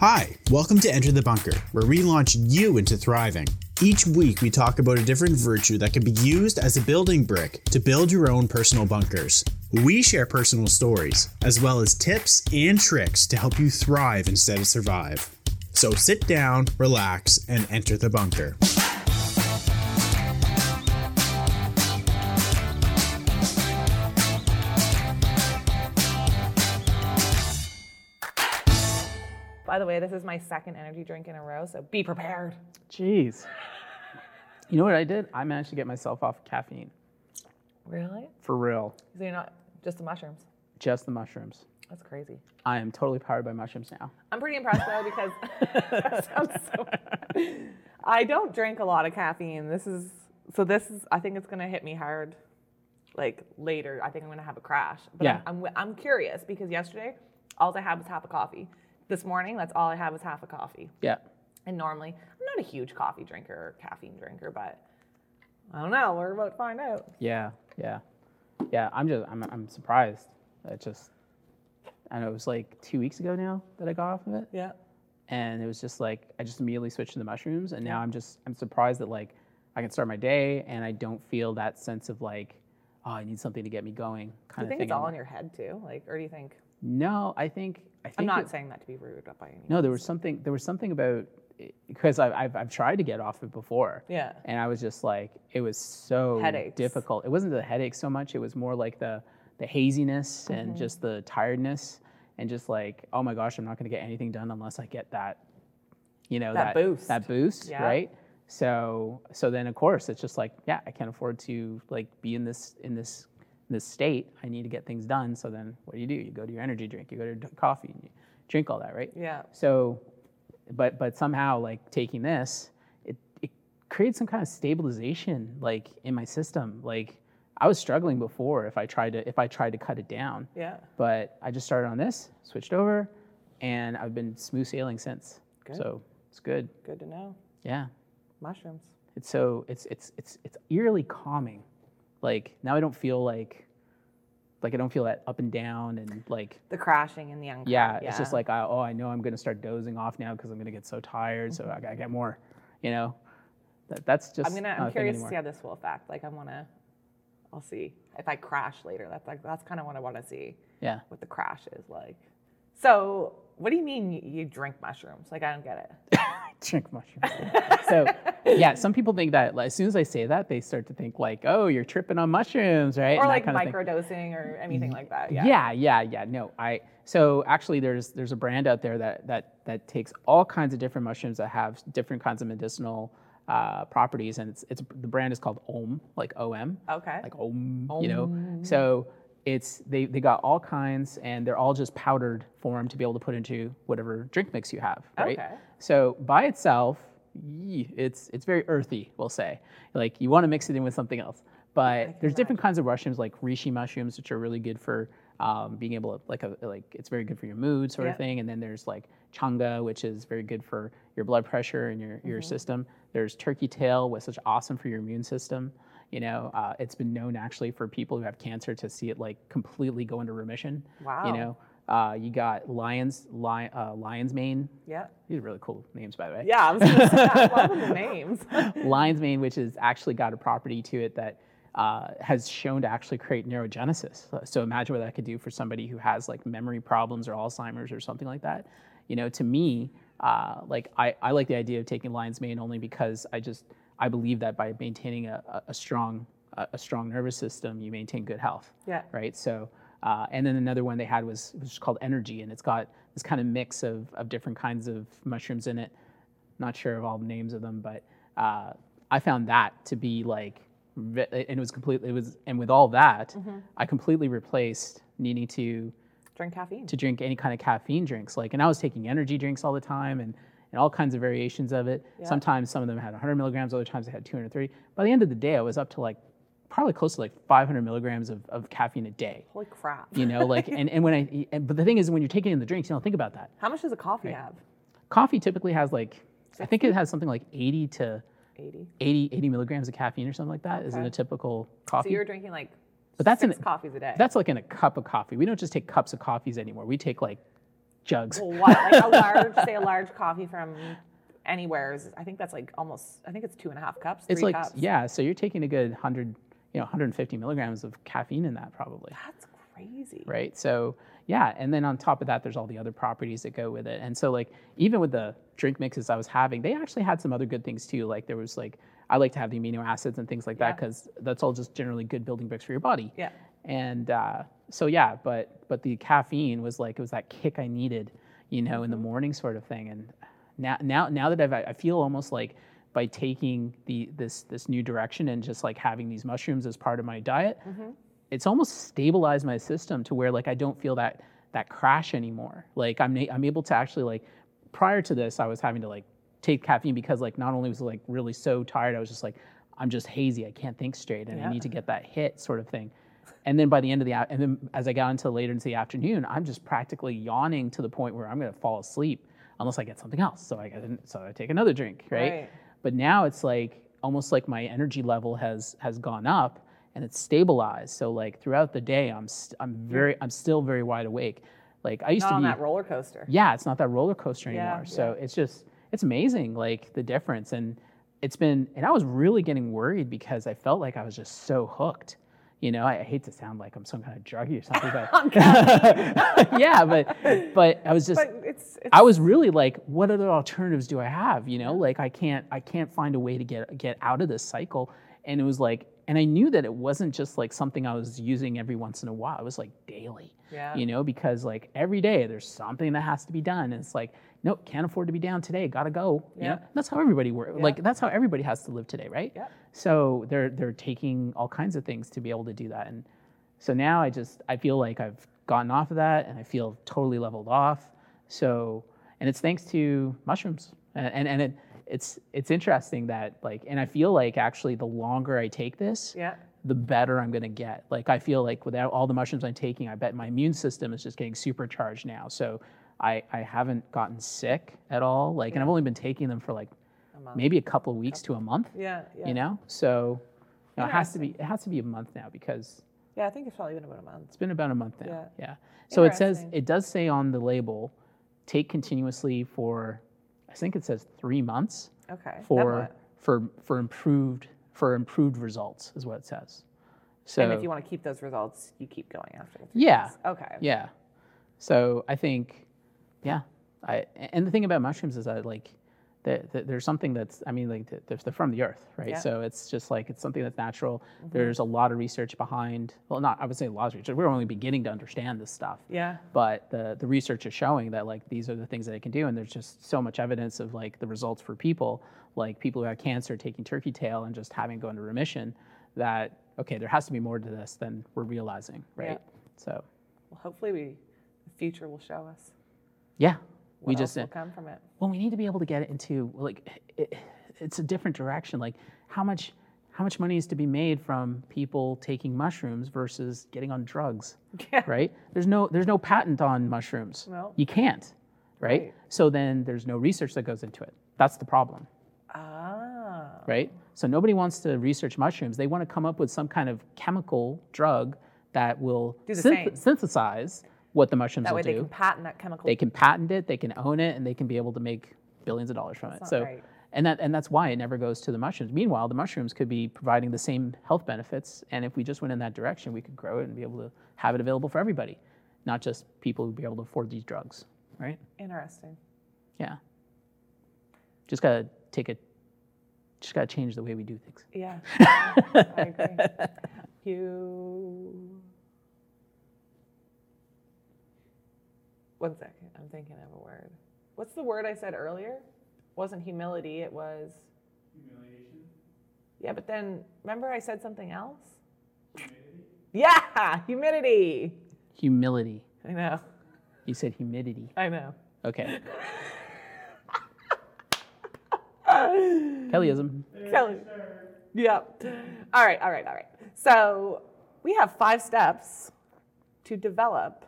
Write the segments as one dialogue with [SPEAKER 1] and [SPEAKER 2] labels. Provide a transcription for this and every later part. [SPEAKER 1] Hi, welcome to Enter the Bunker, where we launch you into thriving. Each week, we talk about a different virtue that can be used as a building brick to build your own personal bunkers. We share personal stories, as well as tips and tricks to help you thrive instead of survive. So sit down, relax, and enter the bunker.
[SPEAKER 2] By the way, this is my second energy drink in a row, so be prepared.
[SPEAKER 3] Jeez. You know what I did? I managed to get myself off caffeine
[SPEAKER 2] Really?
[SPEAKER 3] for real.
[SPEAKER 2] So you're not just the mushrooms.
[SPEAKER 3] Just the mushrooms.
[SPEAKER 2] That's crazy.
[SPEAKER 3] I am totally powered by mushrooms now.
[SPEAKER 2] I'm pretty impressed though because that sounds so I don't drink a lot of caffeine. This is so this is I think it's gonna hit me hard like later. I think I'm gonna have a crash. But
[SPEAKER 3] Yeah.
[SPEAKER 2] I'm, I'm I'm curious because yesterday all I had was half a coffee. This morning, that's all I had was half a coffee.
[SPEAKER 3] Yeah.
[SPEAKER 2] And normally I'm not a huge coffee drinker or caffeine drinker, but I don't know. We're about to find out.
[SPEAKER 3] Yeah. Yeah. Yeah. I'm just I'm I'm surprised. That just I know it was like two weeks ago now that I got off of it.
[SPEAKER 2] Yeah.
[SPEAKER 3] And it was just like I just immediately switched to the mushrooms and now I'm just I'm surprised that like I can start my day and I don't feel that sense of like, oh, I need something to get me going
[SPEAKER 2] Do
[SPEAKER 3] kind
[SPEAKER 2] you
[SPEAKER 3] of
[SPEAKER 2] think
[SPEAKER 3] thing.
[SPEAKER 2] it's all in your head too? Like, or do you think?
[SPEAKER 3] no, I think I think
[SPEAKER 2] I'm not
[SPEAKER 3] it-
[SPEAKER 2] saying that to be rude by any.
[SPEAKER 3] No, there was something. There was something about because I've, I've I've tried to get off it before.
[SPEAKER 2] Yeah.
[SPEAKER 3] And I was just like, it was so
[SPEAKER 2] Headaches.
[SPEAKER 3] difficult. It wasn't the headache so much. It was more like the the haziness
[SPEAKER 2] Mm-hmm.
[SPEAKER 3] and just the tiredness and just like, oh my gosh, I'm not going to get anything done unless I get that, you know,
[SPEAKER 2] That
[SPEAKER 3] that,
[SPEAKER 2] boost.
[SPEAKER 3] That boost,
[SPEAKER 2] Yeah.
[SPEAKER 3] right? So so then of course it's just like, yeah, I can't afford to like be in this in this this state. I need to get things done. So then what do you do? You go to your energy drink. You go to your d- coffee. And you drink all that, right?
[SPEAKER 2] Yeah.
[SPEAKER 3] So, but but somehow like taking this, it it creates some kind of stabilization like in my system. Like I was struggling before if I tried to if I tried to cut it down,
[SPEAKER 2] Yeah.
[SPEAKER 3] but I just started on this, switched over, and I've been smooth sailing since.
[SPEAKER 2] Good.
[SPEAKER 3] So it's good.
[SPEAKER 2] Good to know.
[SPEAKER 3] Yeah.
[SPEAKER 2] Mushrooms.
[SPEAKER 3] It's so it's it's it's it's eerily calming. Like now I don't feel like like I don't feel that up and down and like
[SPEAKER 2] The crashing and the uncrash.
[SPEAKER 3] yeah, it's just like I, oh, I know I'm gonna start dozing off now because I'm gonna get so tired, so I gotta get more. You know, that, that's just.
[SPEAKER 2] Mm-hmm. I'm gonna.
[SPEAKER 3] not a
[SPEAKER 2] I'm
[SPEAKER 3] thing
[SPEAKER 2] curious to
[SPEAKER 3] anymore.
[SPEAKER 2] see how this will affect. Like, I wanna. I'll see if I crash later. That's like that's kind of what I want to see.
[SPEAKER 3] Yeah.
[SPEAKER 2] What the crash is like. So, what do you mean you, you drink mushrooms? Like, I don't get it.
[SPEAKER 3] drink mushrooms. so, yeah, some people think that like, as soon as I say that, they start to think like, oh, you're tripping on mushrooms, right?
[SPEAKER 2] Or
[SPEAKER 3] And that
[SPEAKER 2] like
[SPEAKER 3] kinda thing.
[SPEAKER 2] microdosing or anything like that. Yeah.
[SPEAKER 3] Yeah. yeah, yeah, No, I so actually there's there's a brand out there that that that takes all kinds of different mushrooms that have different kinds of medicinal uh, properties, and it's it's the brand is called Om, like O M.
[SPEAKER 2] Okay.
[SPEAKER 3] Like Om, you know. So it's they they got all kinds, and they're all just powdered form to be able to put into whatever drink mix you have, right?
[SPEAKER 2] Okay.
[SPEAKER 3] So by itself, yee, it's it's very earthy, we'll say. Like you want to mix it in with something else. But there's different kinds of mushrooms, like reishi mushrooms, which are really good for um, being able to like a, like it's very good for your mood sort
[SPEAKER 2] Yep.
[SPEAKER 3] of thing. And then there's like changa, which is very good for your blood pressure and your your system. There's turkey tail, which is awesome for your immune system. You know, uh, it's been known actually for people who have cancer to see it like completely go into remission.
[SPEAKER 2] Wow.
[SPEAKER 3] You know, uh, you got lions, li- uh, lion's mane,
[SPEAKER 2] yeah.
[SPEAKER 3] these are really cool names, by the way.
[SPEAKER 2] Yeah. I was gonna say that. What are the names?
[SPEAKER 3] Lion's mane, which has actually got a property to it that uh, has shown to actually create neurogenesis. So- So imagine what that could do for somebody who has like memory problems or Alzheimer's or something like that. You know, to me, uh, like I, I like the idea of taking lion's mane only because I just I believe that by maintaining a, a, a strong a, a strong nervous system, you maintain good health
[SPEAKER 2] Yeah.
[SPEAKER 3] right? So, uh, and then another one they had was was called Energy, and it's got this kind of mix of of different kinds of mushrooms in it. Not sure of all the names of them, but uh, I found that to be like, ve- and it was completely it was, and with all that, I completely replaced needing to
[SPEAKER 2] Drink caffeine.
[SPEAKER 3] to drink any kind of caffeine drinks. Like, and I was taking energy drinks all the time and, and all kinds of variations of it. Sometimes some of them had 100 milligrams, other times they had 203. By the end of the day, I was up to like probably close to like 500 milligrams of, of caffeine a day.
[SPEAKER 2] Holy crap.
[SPEAKER 3] You know, like, and, and when I, and, but the thing is, when you're taking in the drinks, you don't think about that.
[SPEAKER 2] How much does a coffee have?
[SPEAKER 3] Coffee typically has like, I think it has something like 80 to
[SPEAKER 2] 80.
[SPEAKER 3] 80, 80 milligrams of caffeine or something like that. Is in
[SPEAKER 2] Okay.
[SPEAKER 3] a typical
[SPEAKER 2] So
[SPEAKER 3] coffee.
[SPEAKER 2] you're drinking like
[SPEAKER 3] but that's in
[SPEAKER 2] six coffees a day.
[SPEAKER 3] that's like in a cup of coffee. We don't just take cups of coffees anymore. We take like jugs.
[SPEAKER 2] Well, what, like a large, say a large coffee from anywhere is, I think that's like almost, I think it's two and a half cups, three
[SPEAKER 3] it's like
[SPEAKER 2] cups.
[SPEAKER 3] yeah, so you're taking a good 100, you know, 150 milligrams of caffeine in that probably.
[SPEAKER 2] That's crazy.
[SPEAKER 3] right? So yeah, and then on top of that, there's all the other properties that go with it. And so like even with the drink mixes I was having, they actually had some other good things too. Like there was like I like to have the amino acids and things like that because that's all just generally good building bricks for your body.
[SPEAKER 2] Yeah.
[SPEAKER 3] And uh, so yeah, but but the caffeine was like it was that kick I needed, you know, in the morning sort of thing. And now now now that I've I feel almost like by taking the this this new direction and just like having these mushrooms as part of my diet, it's almost stabilized my system to where like I don't feel that that crash anymore. Like I'm na- I'm able to actually like prior to this I was having to like take caffeine because like not only was I like really so tired I was just like I'm just hazy I can't think straight and I
[SPEAKER 2] Yeah.
[SPEAKER 3] need to get that hit sort of thing. And then by the end of the a- and then as I got into later into the afternoon I'm just practically yawning to the point where I'm gonna fall asleep unless I get something else. So I get, so I take another drink
[SPEAKER 2] Right.
[SPEAKER 3] but now it's like almost like my energy level has has gone up and it's stabilized so like throughout the day i'm st- i'm very i'm still very wide awake like i used
[SPEAKER 2] Not
[SPEAKER 3] to
[SPEAKER 2] on
[SPEAKER 3] be
[SPEAKER 2] that roller coaster.
[SPEAKER 3] yeah it's not that roller coaster
[SPEAKER 2] Yeah,
[SPEAKER 3] anymore so it's just it's amazing like the difference and it's been and i was really getting worried because i felt like i was just so hooked you know i, I hate to sound like i'm some kind of druggie or something but yeah but but i was just
[SPEAKER 2] Oh, But it's, it's
[SPEAKER 3] I was really like, what other alternatives do I have? You know, like I can't I can't find a way to get get out of this cycle. And it was like, and I knew that it wasn't just like something I was using every once in a while. It was like daily.
[SPEAKER 2] Yeah.
[SPEAKER 3] You know, because like every day there's something that has to be done. And it's like, nope, can't afford to be down today, gotta go. You know?
[SPEAKER 2] Yeah.
[SPEAKER 3] That's how everybody works. Like that's how everybody has to live today, right?
[SPEAKER 2] Yeah.
[SPEAKER 3] So they're they're taking all kinds of things to be able to do that. And so now I just I feel like I've gotten off of that and I feel totally leveled off. So and it's thanks to mushrooms. And and, and it it's it's interesting that like and I feel like actually the longer I take this,
[SPEAKER 2] yeah.
[SPEAKER 3] the better I'm gonna get. Like I feel like without all the mushrooms I'm taking, I bet my immune system is just getting supercharged now. So I, I haven't gotten sick at all. Like and I've only been taking them for like maybe a couple of weeks to a month
[SPEAKER 2] Yeah. Yeah.
[SPEAKER 3] you know so you know, it has to be it has to be a month now because
[SPEAKER 2] Yeah. I think it's probably been about a month.
[SPEAKER 3] it's been about a month now
[SPEAKER 2] Yeah.
[SPEAKER 3] so it says
[SPEAKER 2] Interesting.
[SPEAKER 3] it does say on the label take continuously for i think it says three months
[SPEAKER 2] Okay. Then
[SPEAKER 3] for
[SPEAKER 2] what?
[SPEAKER 3] for for improved for improved results is what it says so
[SPEAKER 2] and if you want to keep those results, you keep going after. the three
[SPEAKER 3] yeah
[SPEAKER 2] months. Okay.
[SPEAKER 3] yeah so i think yeah i and the thing about mushrooms is that like that that there's something that's i mean like th- they're from the earth right
[SPEAKER 2] Yeah. Mm-hmm.
[SPEAKER 3] so it's just like it's something that's natural there's a lot of research behind well not i would say a lot of research we're only beginning to understand this stuff
[SPEAKER 2] Yeah.
[SPEAKER 3] but the, the research is showing that like these are the things that it can do and there's just so much evidence of like the results for people like people who have cancer taking turkey tail and just having it go into remission that okay there has to be more to this than we're realizing right so
[SPEAKER 2] Well, hopefully we, the future will show us.
[SPEAKER 3] yeah
[SPEAKER 2] What
[SPEAKER 3] we
[SPEAKER 2] else
[SPEAKER 3] just
[SPEAKER 2] will come from it.
[SPEAKER 3] well we need to be able to get it into like it, it's a different direction like how much how much money is to be made from people taking mushrooms versus getting on drugs
[SPEAKER 2] Yeah.
[SPEAKER 3] right there's no there's no patent on mushrooms
[SPEAKER 2] No.
[SPEAKER 3] you can't right?
[SPEAKER 2] Right.
[SPEAKER 3] so then there's no research that goes into it that's the problem
[SPEAKER 2] Ah.
[SPEAKER 3] right so nobody wants to research mushrooms they want to come up with some kind of chemical drug that will
[SPEAKER 2] Do the same.
[SPEAKER 3] synthesize what the mushrooms
[SPEAKER 2] That
[SPEAKER 3] will
[SPEAKER 2] way they
[SPEAKER 3] do
[SPEAKER 2] can patent that chemical.
[SPEAKER 3] they can patent it, they can own it, and they can be able to make billions of dollars from it.
[SPEAKER 2] not
[SPEAKER 3] So,
[SPEAKER 2] right.
[SPEAKER 3] and that and that's why it never goes to the mushrooms. Meanwhile, the mushrooms could be providing the same health benefits, and if we just went in that direction, we could grow it and be able to have it available for everybody, not just people who be able to afford these drugs, right?
[SPEAKER 2] Interesting.
[SPEAKER 3] Yeah. Just gotta take a. Just gotta change the way we do things.
[SPEAKER 2] Yeah. I agree. You. One second. I'm thinking of a word. What's the word I said earlier? Wasn't humility, it was. Humiliation? Yeah, but then remember I said something else? Humidity? Yeah, humidity.
[SPEAKER 3] Humility.
[SPEAKER 2] I know.
[SPEAKER 3] You said humidity.
[SPEAKER 2] I know.
[SPEAKER 3] Okay. Kellyism.
[SPEAKER 2] Kelly. Yep. All right, all right, all right. So we have five steps to develop.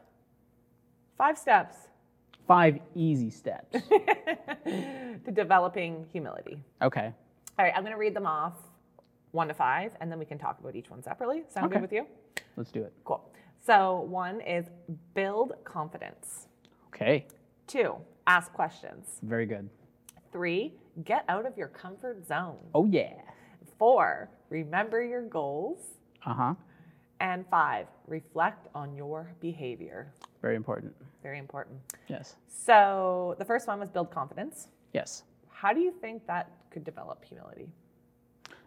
[SPEAKER 2] Five steps
[SPEAKER 3] Five easy steps.
[SPEAKER 2] to developing humility.
[SPEAKER 3] Okay.
[SPEAKER 2] All right, I'm going to read them off one to five, and then we can talk about each one separately. Sound
[SPEAKER 3] Okay.
[SPEAKER 2] good with you?
[SPEAKER 3] Let's do it.
[SPEAKER 2] Cool. So, one is build confidence.
[SPEAKER 3] Okay.
[SPEAKER 2] Two, ask questions.
[SPEAKER 3] Very good.
[SPEAKER 2] Three, get out of your comfort zone.
[SPEAKER 3] Oh yeah.
[SPEAKER 2] Four, remember your goals.
[SPEAKER 3] Uh huh.
[SPEAKER 2] And five, reflect on your behavior.
[SPEAKER 3] Very important.
[SPEAKER 2] Very important.
[SPEAKER 3] Yes.
[SPEAKER 2] So the first one was build confidence.
[SPEAKER 3] Yes.
[SPEAKER 2] How do you think that could develop humility?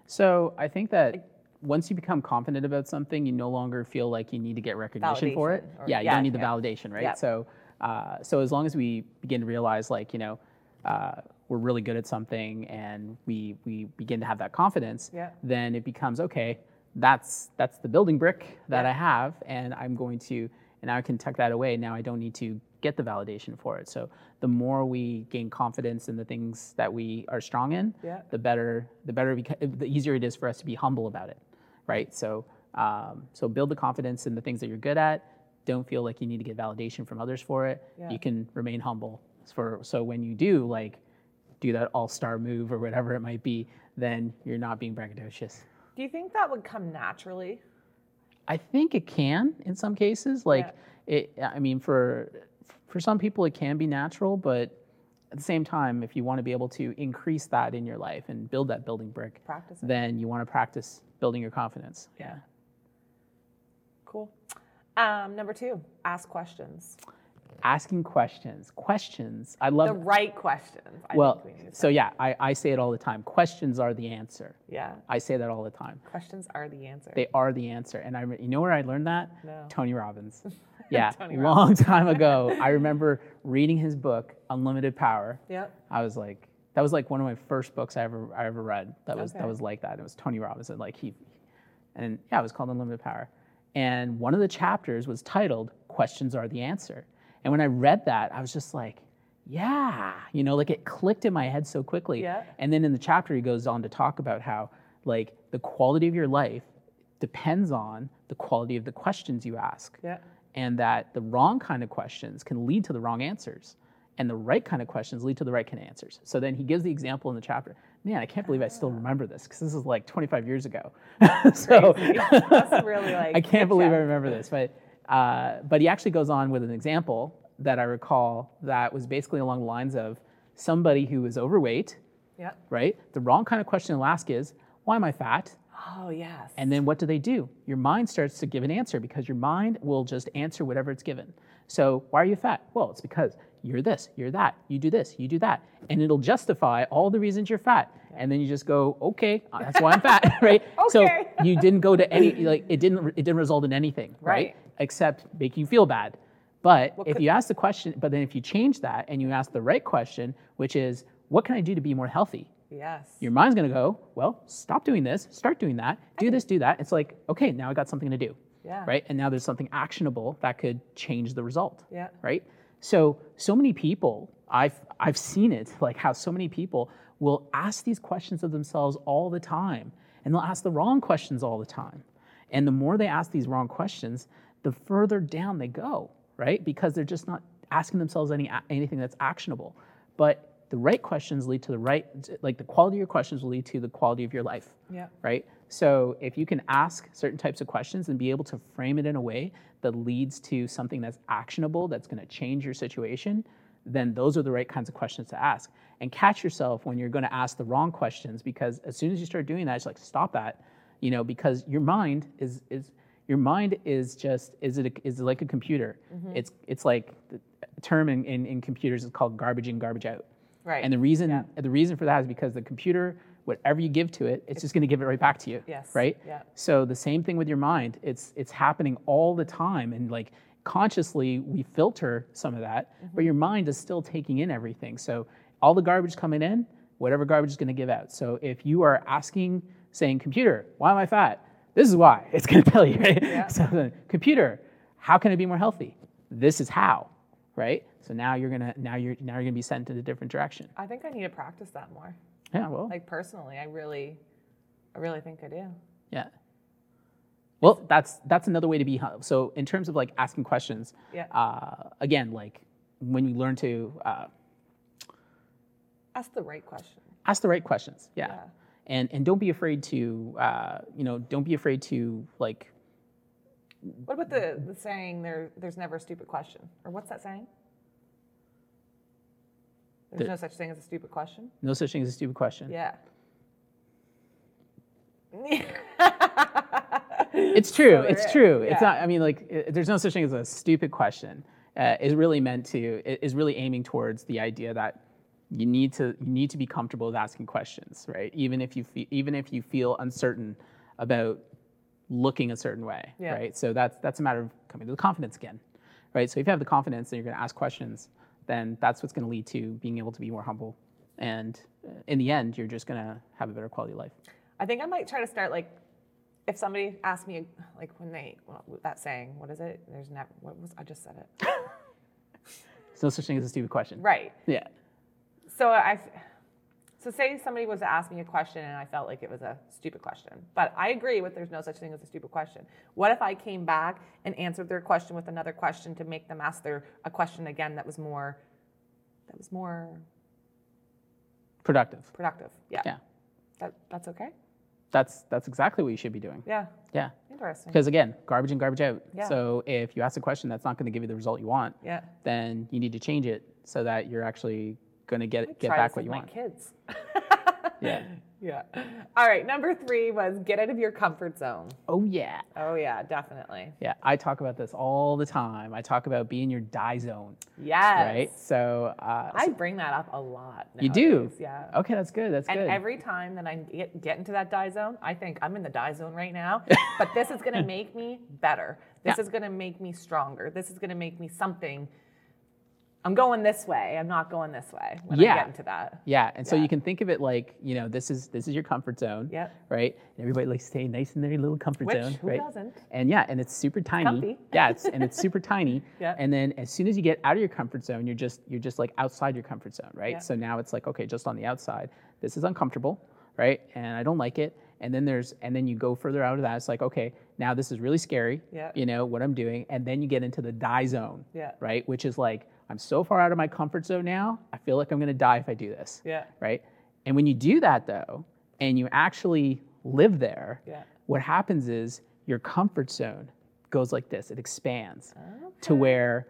[SPEAKER 3] So I think that once you become confident about something, you no longer feel like you need to get recognition for it.
[SPEAKER 2] Validation or-
[SPEAKER 3] yeah, you
[SPEAKER 2] yeah,
[SPEAKER 3] don't need the
[SPEAKER 2] yeah.
[SPEAKER 3] validation, right?
[SPEAKER 2] Yeah.
[SPEAKER 3] So, uh, so as long as we begin to realize, like you know, uh, we're really good at something, and we we begin to have that confidence,
[SPEAKER 2] Yeah.
[SPEAKER 3] then it becomes okay. That's that's the building brick that
[SPEAKER 2] Yeah.
[SPEAKER 3] I have, and I'm going to, and I can tuck that away. Now I don't need to get the validation for it. So the more we gain confidence in the things that we are strong in,
[SPEAKER 2] Yeah.
[SPEAKER 3] the better the better we, ca- the easier it is for us to be humble about it right so um, so build the confidence in the things that you're good at don't feel like you need to get validation from others for it
[SPEAKER 2] Yeah.
[SPEAKER 3] you can remain humble for so when you do like do that all-star move or whatever it might be then you're not being braggadocious
[SPEAKER 2] Do you think that would come naturally?
[SPEAKER 3] I think it can in some cases. Like it, I mean, for for some people it can be natural, but at the same time, if you want to be able to increase that in your life and build that building brick,
[SPEAKER 2] Practice it.
[SPEAKER 3] then you want to practice building your confidence. Yeah.
[SPEAKER 2] Cool. Um, number two, ask questions.
[SPEAKER 3] Asking questions. Questions. I love.
[SPEAKER 2] The right questions. I
[SPEAKER 3] well,
[SPEAKER 2] think we need to-
[SPEAKER 3] so yeah, I, I say it all the time. Questions are the answer.
[SPEAKER 2] yeah,
[SPEAKER 3] I say that all the time.
[SPEAKER 2] questions are the answer.
[SPEAKER 3] They are the answer. And I, re- you know where I learned that?
[SPEAKER 2] No.
[SPEAKER 3] Tony Robbins. Yeah,
[SPEAKER 2] Tony
[SPEAKER 3] long time ago. I remember reading his book, Unlimited Power.
[SPEAKER 2] yep.
[SPEAKER 3] I was like, that was like one of my first books I ever I ever read. That was that
[SPEAKER 2] Okay.
[SPEAKER 3] was like that. It was Tony Robbins. And like he, and yeah, it was called Unlimited Power. And one of the chapters was titled "Questions Are the Answer." And when I read that, I was just like, yeah, you know, like it clicked in my head so quickly.
[SPEAKER 2] Yeah.
[SPEAKER 3] And then in the chapter, he goes on to talk about how like the quality of your life depends on the quality of the questions you ask
[SPEAKER 2] Yeah.
[SPEAKER 3] and that the wrong kind of questions can lead to the wrong answers and the right kind of questions lead to the right kind of answers so then he gives the example in the chapter man i can't believe i still remember this because this is like 25 years ago so
[SPEAKER 2] That's really like.
[SPEAKER 3] Oh. i can't
[SPEAKER 2] good
[SPEAKER 3] believe i
[SPEAKER 2] job.
[SPEAKER 3] remember this but uh, but he actually goes on with an example that i recall that was basically along the lines of somebody who is overweight
[SPEAKER 2] Yep.
[SPEAKER 3] right the wrong kind of question to ask is why am i fat
[SPEAKER 2] Oh yes.
[SPEAKER 3] and then what do they do? Your mind starts to give an answer because your mind will just answer whatever it's given. So, why are you fat? Well, it's because you're this, you're that, you do this, you do that. And it'll justify all the reasons you're fat. And then you just go, okay, uh, that's why I'm fat, right?
[SPEAKER 2] Okay.
[SPEAKER 3] So, you didn't go to any, like, it didn't, it didn't result in anything, right?
[SPEAKER 2] Right.
[SPEAKER 3] Except make you feel bad. But if you ask the question, but then if you change that and you ask the right question, which is, what can I do to be more healthy?
[SPEAKER 2] yes.
[SPEAKER 3] your mind's going to go, well, stop doing this, start doing that, do this, do that. It's like, okay, now I got something to do,
[SPEAKER 2] yeah.
[SPEAKER 3] right? And now there's something actionable that could change the result,
[SPEAKER 2] Yeah.
[SPEAKER 3] right? So, so many people, I've, I've seen it, like how so many people will ask these questions of themselves all the time, and they'll ask the wrong questions all the time. And the more they ask these wrong questions, the further down they go, right? Because they're just not asking themselves any anything that's actionable. But the right questions lead to the right, like the quality of your questions will lead to the quality of your life,
[SPEAKER 2] Yeah.
[SPEAKER 3] right? So if you can ask certain types of questions and be able to frame it in a way that leads to something that's actionable, that's going to change your situation, then those are the right kinds of questions to ask. And catch yourself when you're going to ask the wrong questions because as soon as you start doing that, it's like stop that, you know, because your mind is is your mind is just is it a, is it like a computer? It's it's like the term in, in, in computers is called garbage in, garbage out.
[SPEAKER 2] Right.
[SPEAKER 3] And the reason the reason for that is because the computer, whatever you give to it, it's just going to give it right back to you.
[SPEAKER 2] Yes,
[SPEAKER 3] Right.
[SPEAKER 2] yeah.
[SPEAKER 3] So the same thing with your mind. It's it's happening all the time, and like consciously we filter some of that,
[SPEAKER 2] Mm-hmm.
[SPEAKER 3] but your mind is still taking in everything. So all the garbage coming in, whatever garbage is going to give out. So if you are asking, saying, "Computer, why am I fat?" This is why it's going to tell you. Right? So then, computer, how can I be more healthy? This is how. Right. So now you're gonna now you're now you're gonna be sent in a different direction.
[SPEAKER 2] I think I need to practice that more.
[SPEAKER 3] Yeah, well,
[SPEAKER 2] Like personally, I really, I really think I do.
[SPEAKER 3] yeah. Well, that's that's another way to be. hu- So in terms of like asking questions,
[SPEAKER 2] Yeah.
[SPEAKER 3] uh, again, like when you learn to uh,
[SPEAKER 2] Ask the right question.
[SPEAKER 3] ask the right questions, yeah,
[SPEAKER 2] Yeah.
[SPEAKER 3] and and don't be afraid to, uh, you know, don't be afraid to like
[SPEAKER 2] What about the, the saying there? There's never a stupid question, or what's that saying? There's no such thing as a stupid question.
[SPEAKER 3] No such thing as a stupid question.
[SPEAKER 2] Yeah.
[SPEAKER 3] It's true. It's
[SPEAKER 2] Correct.
[SPEAKER 3] true. It's
[SPEAKER 2] Yeah.
[SPEAKER 3] not. I mean, like, i there's no such thing as a stupid question. Uh, is really meant to i- is really aiming towards the idea that you need to you need to be comfortable with asking questions, right? Even if you fe- even if you feel uncertain about looking a certain way,
[SPEAKER 2] Yeah.
[SPEAKER 3] right? So that's that's a matter of coming to the confidence again, right? So if you have the confidence and you're going to ask questions, then that's what's going to lead to being able to be more humble, and uh, in the end, you're just going to have a better quality of life.
[SPEAKER 2] I think I might try to start like, if somebody asked me like when they well, that saying, what is it? There's never what was I just said it
[SPEAKER 3] There's no such thing as a stupid question.
[SPEAKER 2] right.
[SPEAKER 3] Yeah.
[SPEAKER 2] So I, so say somebody was to ask me a question and I felt like it was a stupid question, but I agree with there's no such thing as a stupid question. What if I came back and answered their question with another question to make them ask their a question again that was more, that was more
[SPEAKER 3] Productive.
[SPEAKER 2] productive? Yeah,
[SPEAKER 3] Yeah.
[SPEAKER 2] That, that's okay.
[SPEAKER 3] That's that's exactly what you should be doing.
[SPEAKER 2] Yeah,
[SPEAKER 3] Yeah.
[SPEAKER 2] interesting.
[SPEAKER 3] Because again, garbage in, garbage out.
[SPEAKER 2] Yeah.
[SPEAKER 3] So if you ask a question that's not going to give you the result you want,
[SPEAKER 2] Yeah,
[SPEAKER 3] then you need to change it so that you're actually going to get get
[SPEAKER 2] Try
[SPEAKER 3] back
[SPEAKER 2] this with
[SPEAKER 3] what you
[SPEAKER 2] my
[SPEAKER 3] want.
[SPEAKER 2] Kids.
[SPEAKER 3] Yeah.
[SPEAKER 2] Yeah. All right. Number three was get out of your comfort zone.
[SPEAKER 3] Oh yeah.
[SPEAKER 2] Oh yeah, definitely.
[SPEAKER 3] Yeah. I talk about this all the time. I talk about being your die zone,
[SPEAKER 2] Yes.
[SPEAKER 3] right? So uh,
[SPEAKER 2] I bring that up a lot.
[SPEAKER 3] you do.
[SPEAKER 2] nowadays, Yeah.
[SPEAKER 3] Okay, that's good. That's
[SPEAKER 2] And
[SPEAKER 3] good.
[SPEAKER 2] every time that I get, get into that die zone, I think I'm in the die zone right now, but this is going to make me better. This
[SPEAKER 3] Yeah.
[SPEAKER 2] is going to make me stronger. This is going to make me something. I'm going this way. I'm not going this way when
[SPEAKER 3] Yeah.
[SPEAKER 2] I get into that.
[SPEAKER 3] Yeah, and so
[SPEAKER 2] Yeah.
[SPEAKER 3] you can think of it like you know this is this is your comfort zone,
[SPEAKER 2] Yep.
[SPEAKER 3] right? And everybody likes to stay nice in their little comfort
[SPEAKER 2] Which,
[SPEAKER 3] zone,
[SPEAKER 2] who
[SPEAKER 3] right?
[SPEAKER 2] doesn't?
[SPEAKER 3] And yeah, and it's super tiny.
[SPEAKER 2] comfy.
[SPEAKER 3] Yeah, it's and it's super tiny.
[SPEAKER 2] Yeah.
[SPEAKER 3] And then as soon as you get out of your comfort zone, you're just you're just like outside your comfort zone, right?
[SPEAKER 2] Yeah.
[SPEAKER 3] So now it's like okay, just on the outside, this is uncomfortable, right? And I don't like it. And then there's and then you go further out of that. It's like okay, now this is really scary.
[SPEAKER 2] Yeah.
[SPEAKER 3] You know what I'm doing, and then you get into the die zone
[SPEAKER 2] Yeah.
[SPEAKER 3] right? Which is like, I'm so far out of my comfort zone now, I feel like I'm gonna die if I do this,
[SPEAKER 2] Yeah.
[SPEAKER 3] right? And when you do that though, and you actually live there,
[SPEAKER 2] Yeah.
[SPEAKER 3] what happens is your comfort zone goes like this it expands to where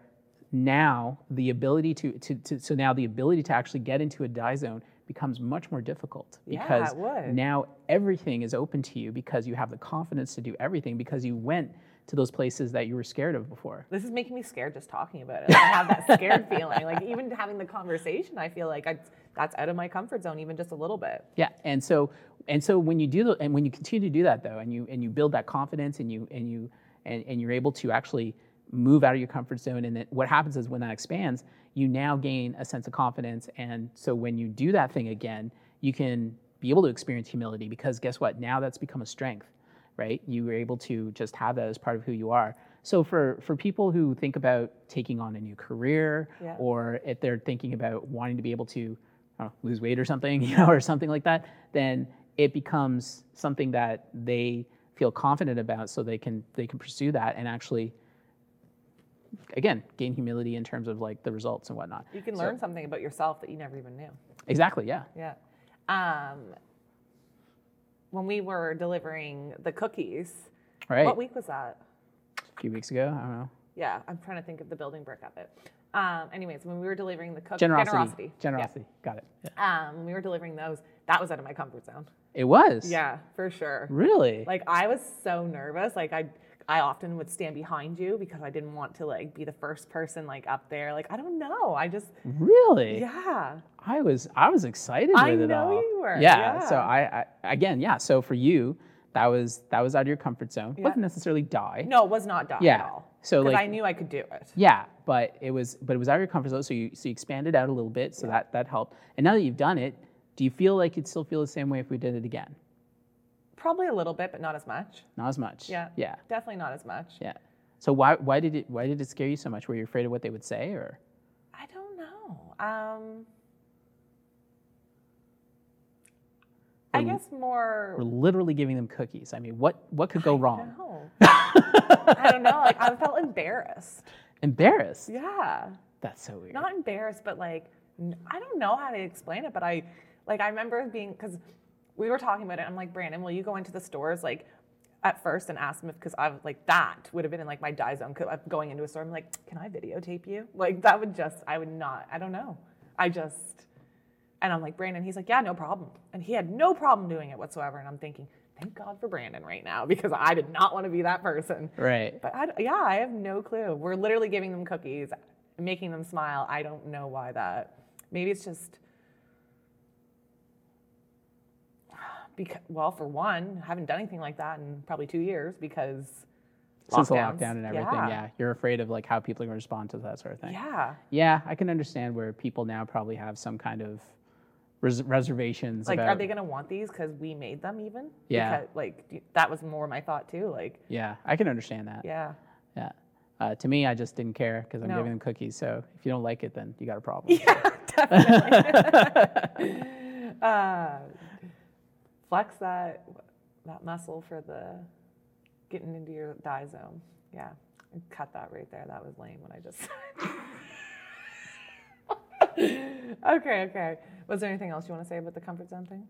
[SPEAKER 3] now the ability to, to, to so now the ability to actually get into a die zone becomes much more difficult
[SPEAKER 2] Yeah,
[SPEAKER 3] because
[SPEAKER 2] it would.
[SPEAKER 3] now everything is open to you because you have the confidence to do everything because you went to those places that you were scared of before
[SPEAKER 2] This is making me scared just talking about it. Like, I have that scared feeling. Like even having the conversation, I feel like I, that's out of my comfort zone, even just a little bit.
[SPEAKER 3] Yeah, and so and so when you do the, and when you continue to do that though, and you and you build that confidence, and you and you and, and you're able to actually move out of your comfort zone, and then what happens is when that expands, you now gain a sense of confidence, and so when you do that thing again, you can be able to experience humility because guess what? Now that's become a strength, right? You were able to just have that as part of who you are. So for for people who think about taking on a new career,
[SPEAKER 2] Yeah.
[SPEAKER 3] or if they're thinking about wanting to be able to I don't know, lose weight or something, you know, or something like that, then it becomes something that they feel confident about, so they can they can pursue that and actually, again, gain humility in terms of like the results and whatnot.
[SPEAKER 2] You can learn something about yourself that you never even knew.
[SPEAKER 3] Exactly. Yeah.
[SPEAKER 2] Yeah. Um, when we were delivering the cookies,
[SPEAKER 3] Right.
[SPEAKER 2] what week was that?
[SPEAKER 3] a few weeks ago, I don't know.
[SPEAKER 2] Yeah, I'm trying to think of the building brick of it. Um, anyways, when we were delivering the cookies,
[SPEAKER 3] Generosity.
[SPEAKER 2] generosity. Yeah.
[SPEAKER 3] Generosity. Got it. Yeah.
[SPEAKER 2] Um, when we were delivering those, that was out of my comfort zone.
[SPEAKER 3] It was.
[SPEAKER 2] Yeah, for sure.
[SPEAKER 3] Really.
[SPEAKER 2] Like I was so nervous. Like I I often would stand behind you because I didn't want to like be the first person like up there. Like I don't know. I just
[SPEAKER 3] really.
[SPEAKER 2] yeah.
[SPEAKER 3] I was I was excited
[SPEAKER 2] I
[SPEAKER 3] with it
[SPEAKER 2] know
[SPEAKER 3] all.
[SPEAKER 2] you were,
[SPEAKER 3] Yeah. So
[SPEAKER 2] yeah.
[SPEAKER 3] I, I again, yeah. So for you, that was that was out of your comfort zone.
[SPEAKER 2] Yeah.
[SPEAKER 3] Wasn't necessarily die.
[SPEAKER 2] No, it was not done at
[SPEAKER 3] Yeah.
[SPEAKER 2] all.
[SPEAKER 3] So,
[SPEAKER 2] 'Cause
[SPEAKER 3] like-
[SPEAKER 2] I knew I could do it.
[SPEAKER 3] Yeah, but it was but it was out of your comfort zone. So you so you expanded out a little bit. So that that helped. And now that you've done it, do you feel like you'd still feel the same way if we did it again?
[SPEAKER 2] Probably a little bit, but not as much.
[SPEAKER 3] Not as much.
[SPEAKER 2] Yeah.
[SPEAKER 3] Yeah.
[SPEAKER 2] Definitely not as much.
[SPEAKER 3] Yeah. So why why did it why did it scare you so much? Were you afraid of what they would say or?
[SPEAKER 2] I don't know. Um, I guess
[SPEAKER 3] We're
[SPEAKER 2] more.
[SPEAKER 3] literally giving them cookies. I mean, what what could go wrong?
[SPEAKER 2] No. I don't know. Like I felt embarrassed.
[SPEAKER 3] Embarrassed.
[SPEAKER 2] Yeah.
[SPEAKER 3] That's so weird.
[SPEAKER 2] not embarrassed, but like n- I don't know how to explain it, but I like I remember being because we were talking about it. I'm like Brandon, will you go into the stores like at first and ask them if because I've like that would have been in like my die zone. Cause I'm going into a store, I'm like, can I videotape you? Like that would just I would not. I don't know. I just And I'm like, Brandon, he's like, yeah, no problem. And he had no problem doing it whatsoever. And I'm thinking, thank God for Brandon right now because I did not want to be that person.
[SPEAKER 3] Right.
[SPEAKER 2] But I, yeah, I have no clue. We're literally giving them cookies, making them smile. I don't know why that. Maybe it's just. Because, well, for one, haven't done anything like that in probably two years because
[SPEAKER 3] Since the
[SPEAKER 2] lockdowns.
[SPEAKER 3] lockdown and everything, yeah. You're afraid of like how people are gonna respond to that sort of thing.
[SPEAKER 2] yeah.
[SPEAKER 3] Yeah, I can understand where people now probably have some kind of res- reservations
[SPEAKER 2] Like,
[SPEAKER 3] about.
[SPEAKER 2] are they going to want these because we made them even?
[SPEAKER 3] Yeah.
[SPEAKER 2] Because, like, d- that was more my thought too. Like,
[SPEAKER 3] yeah, I can understand that.
[SPEAKER 2] yeah.
[SPEAKER 3] Yeah. Uh, to me, I just didn't care because I'm
[SPEAKER 2] No.
[SPEAKER 3] giving them cookies. So if you don't like it, then you got a problem.
[SPEAKER 2] Yeah, definitely. uh, flex that that muscle for the getting into your die zone. Yeah, cut that right there. That was lame when I just said. okay, okay. Was there anything else you want to say about the comfort zone thing?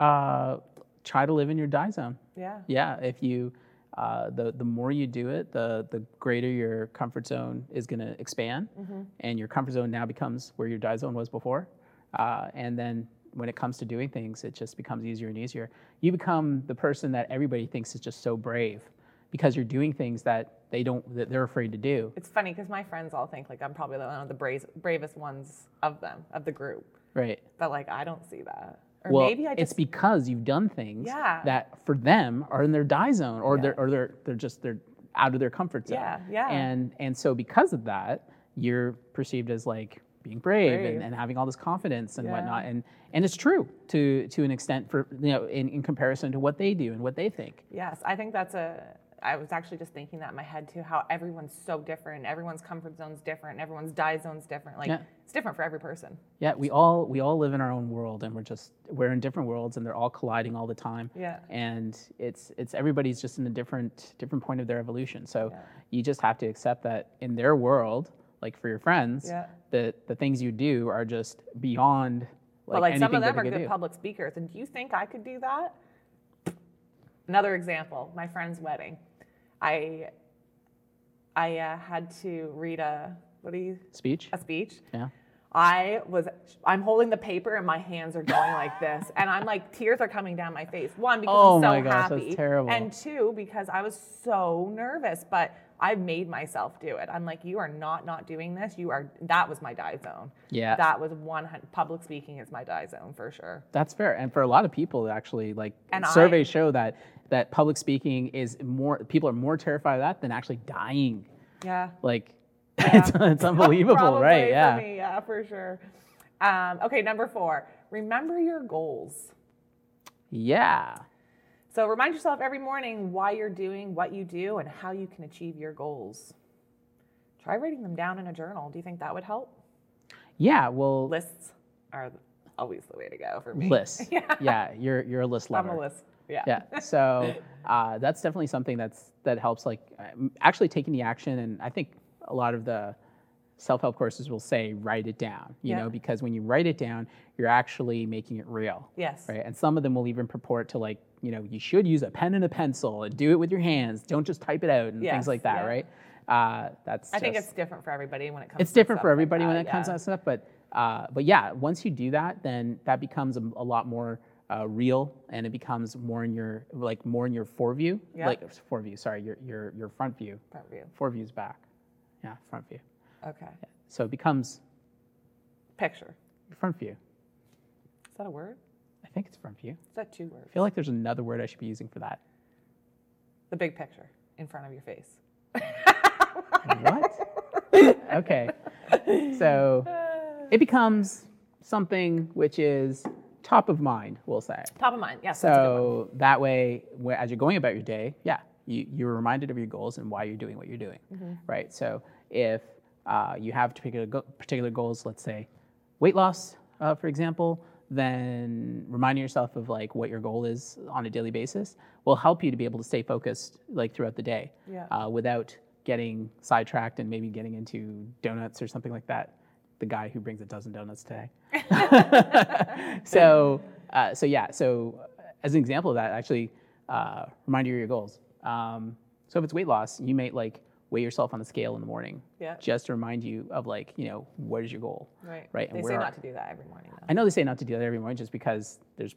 [SPEAKER 3] Uh, try to live in your die zone.
[SPEAKER 2] Yeah.
[SPEAKER 3] Yeah, if you, uh, the the more you do it, the the greater your comfort zone is going to expand, and your comfort zone now becomes where your die zone was before, uh, and then when it comes to doing things, it just becomes easier and easier. You become the person that everybody thinks is just so brave, because you're doing things that they don't that they're afraid to do.
[SPEAKER 2] It's funny because my friends all think like I'm probably one of the bra- bravest ones of them of the group,
[SPEAKER 3] Right.
[SPEAKER 2] but like I don't see that. Or
[SPEAKER 3] well,
[SPEAKER 2] maybe I
[SPEAKER 3] it's
[SPEAKER 2] just
[SPEAKER 3] because you've done things
[SPEAKER 2] Yeah.
[SPEAKER 3] that for them are in their die zone or
[SPEAKER 2] Yeah.
[SPEAKER 3] they're or they're they're just they're out of their comfort zone.
[SPEAKER 2] Yeah, yeah.
[SPEAKER 3] And and so because of that, you're perceived as like being brave,
[SPEAKER 2] Brave.
[SPEAKER 3] And, and having all this confidence and
[SPEAKER 2] Yeah.
[SPEAKER 3] whatnot. And and it's true to to an extent for you know, in, in comparison to what they do and what they think.
[SPEAKER 2] Yes, I think that's a. I was actually just thinking that in my head too. How everyone's so different. Everyone's comfort zone's different. Everyone's die zone's different. Like
[SPEAKER 3] Yeah.
[SPEAKER 2] it's different for every person.
[SPEAKER 3] Yeah, we all we all live in our own world, and we're just we're in different worlds, and they're all colliding all the time.
[SPEAKER 2] Yeah.
[SPEAKER 3] and it's it's everybody's just in a different different point of their evolution. So you just have to accept that in their world, like for your friends,
[SPEAKER 2] Yeah.
[SPEAKER 3] the the things you do are just beyond like,
[SPEAKER 2] but like
[SPEAKER 3] anything
[SPEAKER 2] some of
[SPEAKER 3] that
[SPEAKER 2] them
[SPEAKER 3] they
[SPEAKER 2] are
[SPEAKER 3] could
[SPEAKER 2] good
[SPEAKER 3] do.
[SPEAKER 2] public speakers. And do you think I could do that? Another example: my friend's wedding. I I uh, had to read a what do you
[SPEAKER 3] Speech.
[SPEAKER 2] a speech.
[SPEAKER 3] Yeah.
[SPEAKER 2] I was I'm holding the paper and my hands are going like this and I'm like tears are coming down my face. One because
[SPEAKER 3] Oh
[SPEAKER 2] I'm so
[SPEAKER 3] my gosh, that's
[SPEAKER 2] happy.
[SPEAKER 3] terrible.
[SPEAKER 2] And two because I was so nervous, but I made myself do it. I'm like you are not not doing this. You are that was my die zone.
[SPEAKER 3] Yeah.
[SPEAKER 2] That was 100 public speaking is my die zone for sure.
[SPEAKER 3] That's fair, and for a lot of people, actually, like
[SPEAKER 2] And
[SPEAKER 3] surveys
[SPEAKER 2] I-
[SPEAKER 3] show that that public speaking is more people are more terrified of that than actually dying.
[SPEAKER 2] Yeah.
[SPEAKER 3] Like, it's, it's unbelievable,
[SPEAKER 2] Probably
[SPEAKER 3] right?
[SPEAKER 2] for
[SPEAKER 3] Yeah.
[SPEAKER 2] me, yeah, for sure. Um, okay, number 4. Remember your goals.
[SPEAKER 3] Yeah.
[SPEAKER 2] So remind yourself every morning why you're doing what you do and how you can achieve your goals. Try writing them down in a journal. Do you think that would help?
[SPEAKER 3] Yeah. Well,
[SPEAKER 2] Lists are always the way to go for me.
[SPEAKER 3] lists.
[SPEAKER 2] Yeah.
[SPEAKER 3] yeah. You're you're a list
[SPEAKER 2] I'm
[SPEAKER 3] lover.
[SPEAKER 2] a list. Yeah.
[SPEAKER 3] yeah so uh, that's definitely something that's that helps like um, actually taking the action and i think a lot of the self-help courses will say write it down you
[SPEAKER 2] Yeah.
[SPEAKER 3] know because when you write it down you're actually making it real
[SPEAKER 2] Yes.
[SPEAKER 3] right and some of them will even purport to like you know you should use a pen and a pencil and do it with your hands don't just type it out and
[SPEAKER 2] Yes,
[SPEAKER 3] things like that
[SPEAKER 2] yeah.
[SPEAKER 3] right uh, that's
[SPEAKER 2] I think
[SPEAKER 3] just-
[SPEAKER 2] it's different for everybody when it comes.
[SPEAKER 3] it's
[SPEAKER 2] to
[SPEAKER 3] different
[SPEAKER 2] stuff
[SPEAKER 3] for
[SPEAKER 2] like
[SPEAKER 3] everybody when
[SPEAKER 2] that,
[SPEAKER 3] it comes
[SPEAKER 2] yeah.
[SPEAKER 3] to that stuff but uh, but yeah once you do that then that becomes a, a lot more uh, real and it becomes more in your like more in your foreview
[SPEAKER 2] Yeah.
[SPEAKER 3] like foreview sorry your your your front view
[SPEAKER 2] Front view.
[SPEAKER 3] foreview's back yeah front view
[SPEAKER 2] Okay.
[SPEAKER 3] so it becomes
[SPEAKER 2] Picture.
[SPEAKER 3] front view
[SPEAKER 2] Is that a word?
[SPEAKER 3] i think it's front view
[SPEAKER 2] Is that two words?
[SPEAKER 3] i feel like there's another word i should be using for that
[SPEAKER 2] the big picture in front of your face.
[SPEAKER 3] what okay so it becomes something which is top of mind we'll say
[SPEAKER 2] Top of mind. Yes. that's a good one.
[SPEAKER 3] So that way, wh- as you're going about your day, yeah, you, you're reminded of your goals and why you're doing what you're doing,
[SPEAKER 2] Mm-hmm.
[SPEAKER 3] right? So if uh, you have particular go- particular goals, let's say weight loss, uh, for example, then reminding yourself of like what your goal is on a daily basis will help you to be able to stay focused like throughout the day,
[SPEAKER 2] Yeah.
[SPEAKER 3] uh, without getting sidetracked and maybe getting into donuts or something like that. The guy who brings a dozen donuts today so, uh, so yeah. So, uh, as an example of that, actually, uh, remind you of your goals. Um, so, if it's weight loss, you might like weigh yourself on the scale in the morning.
[SPEAKER 2] Yeah.
[SPEAKER 3] Just to remind you of like, you know, what is your goal?
[SPEAKER 2] Right.
[SPEAKER 3] Right, and
[SPEAKER 2] They
[SPEAKER 3] where
[SPEAKER 2] say
[SPEAKER 3] are-
[SPEAKER 2] not to do that every morning. Though.
[SPEAKER 3] I know they say not to do that every morning just because there's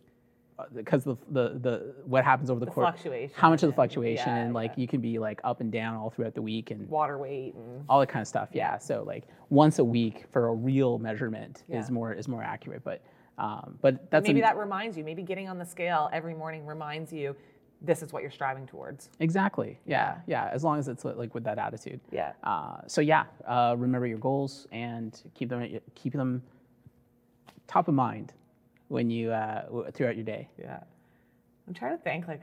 [SPEAKER 3] uh, because the the the what happens over the, course
[SPEAKER 2] fluctuation
[SPEAKER 3] how much of the
[SPEAKER 2] and-
[SPEAKER 3] fluctuation
[SPEAKER 2] yeah,
[SPEAKER 3] like you can be like up and down all throughout the week and
[SPEAKER 2] Water weight and
[SPEAKER 3] all that kind of stuff. Yeah. So like once a week for a real measurement is
[SPEAKER 2] Yeah.
[SPEAKER 3] more is more accurate, but um, but that's
[SPEAKER 2] maybe
[SPEAKER 3] an-
[SPEAKER 2] that reminds you. Maybe getting on the scale every morning reminds you this is what you're striving towards.
[SPEAKER 3] exactly yeah, yeah as long as it's like with that attitude.
[SPEAKER 2] Yeah.
[SPEAKER 3] Uh, so yeah, uh, remember your goals and keep them at y- keep them top of mind when you uh, w- throughout your day.
[SPEAKER 2] Yeah. I'm trying to think like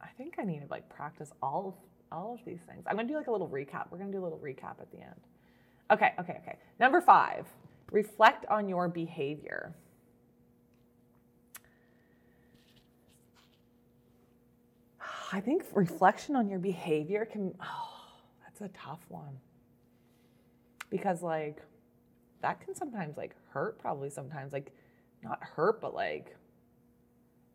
[SPEAKER 2] I think I need to like practice all of all of these things. I'm gonna do like a little recap. We're gonna do a little recap at the end. Okay, okay, okay. Number five, reflect on your behavior. I think reflection on your behavior can oh, that's a tough one. Because like that can sometimes like hurt probably sometimes like not hurt but like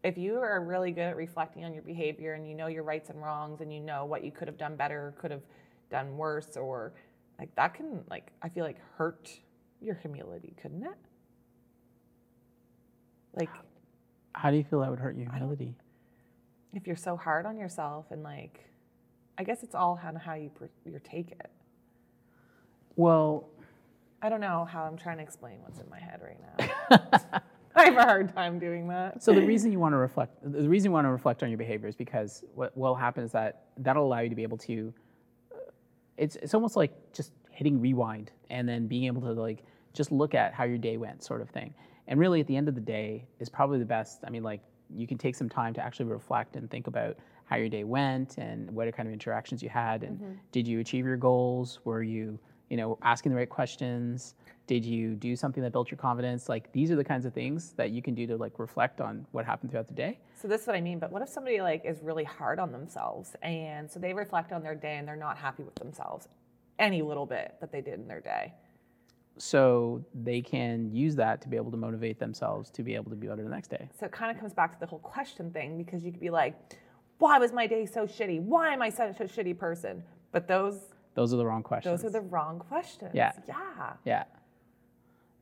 [SPEAKER 2] if you are really good at reflecting on your behavior and you know your rights and wrongs and you know what you could have done better could have done worse or like that can like i feel like hurt your humility couldn't it like
[SPEAKER 3] How do you feel that would hurt your humility?
[SPEAKER 2] if you're so hard on yourself and like i guess it's all on how you per- you take it
[SPEAKER 3] Well,
[SPEAKER 2] i don't know how i'm trying to explain what's in my head right now i have a hard time doing that
[SPEAKER 3] so the reason you want to reflect, the reason you want to reflect on your behavior is because what will happen is that that'll allow you to be able to. It's it's almost like just hitting rewind and then being able to like just look at how your day went, sort of thing. And really, at the end of the day, is probably the best. I mean, like you can take some time to actually reflect and think about how your day went and what kind of interactions you had and did you achieve your goals? Were you you know asking the right questions? Did you do something that built your confidence? Like these are the kinds of things that you can do to like reflect on what happened throughout the day.
[SPEAKER 2] So this is what I mean. But what if somebody like is really hard on themselves, and so they reflect on their day and they're not happy with themselves, any little bit that they did in their day.
[SPEAKER 3] So they can use that to be able to motivate themselves to be able to be better the next day.
[SPEAKER 2] So it kind of comes back to the whole question thing because you could be like, "Why was my day so shitty? Why am I such a shitty person?" But those
[SPEAKER 3] Those are the wrong questions.
[SPEAKER 2] those are the wrong questions.
[SPEAKER 3] Yeah.
[SPEAKER 2] Yeah.
[SPEAKER 3] Yeah.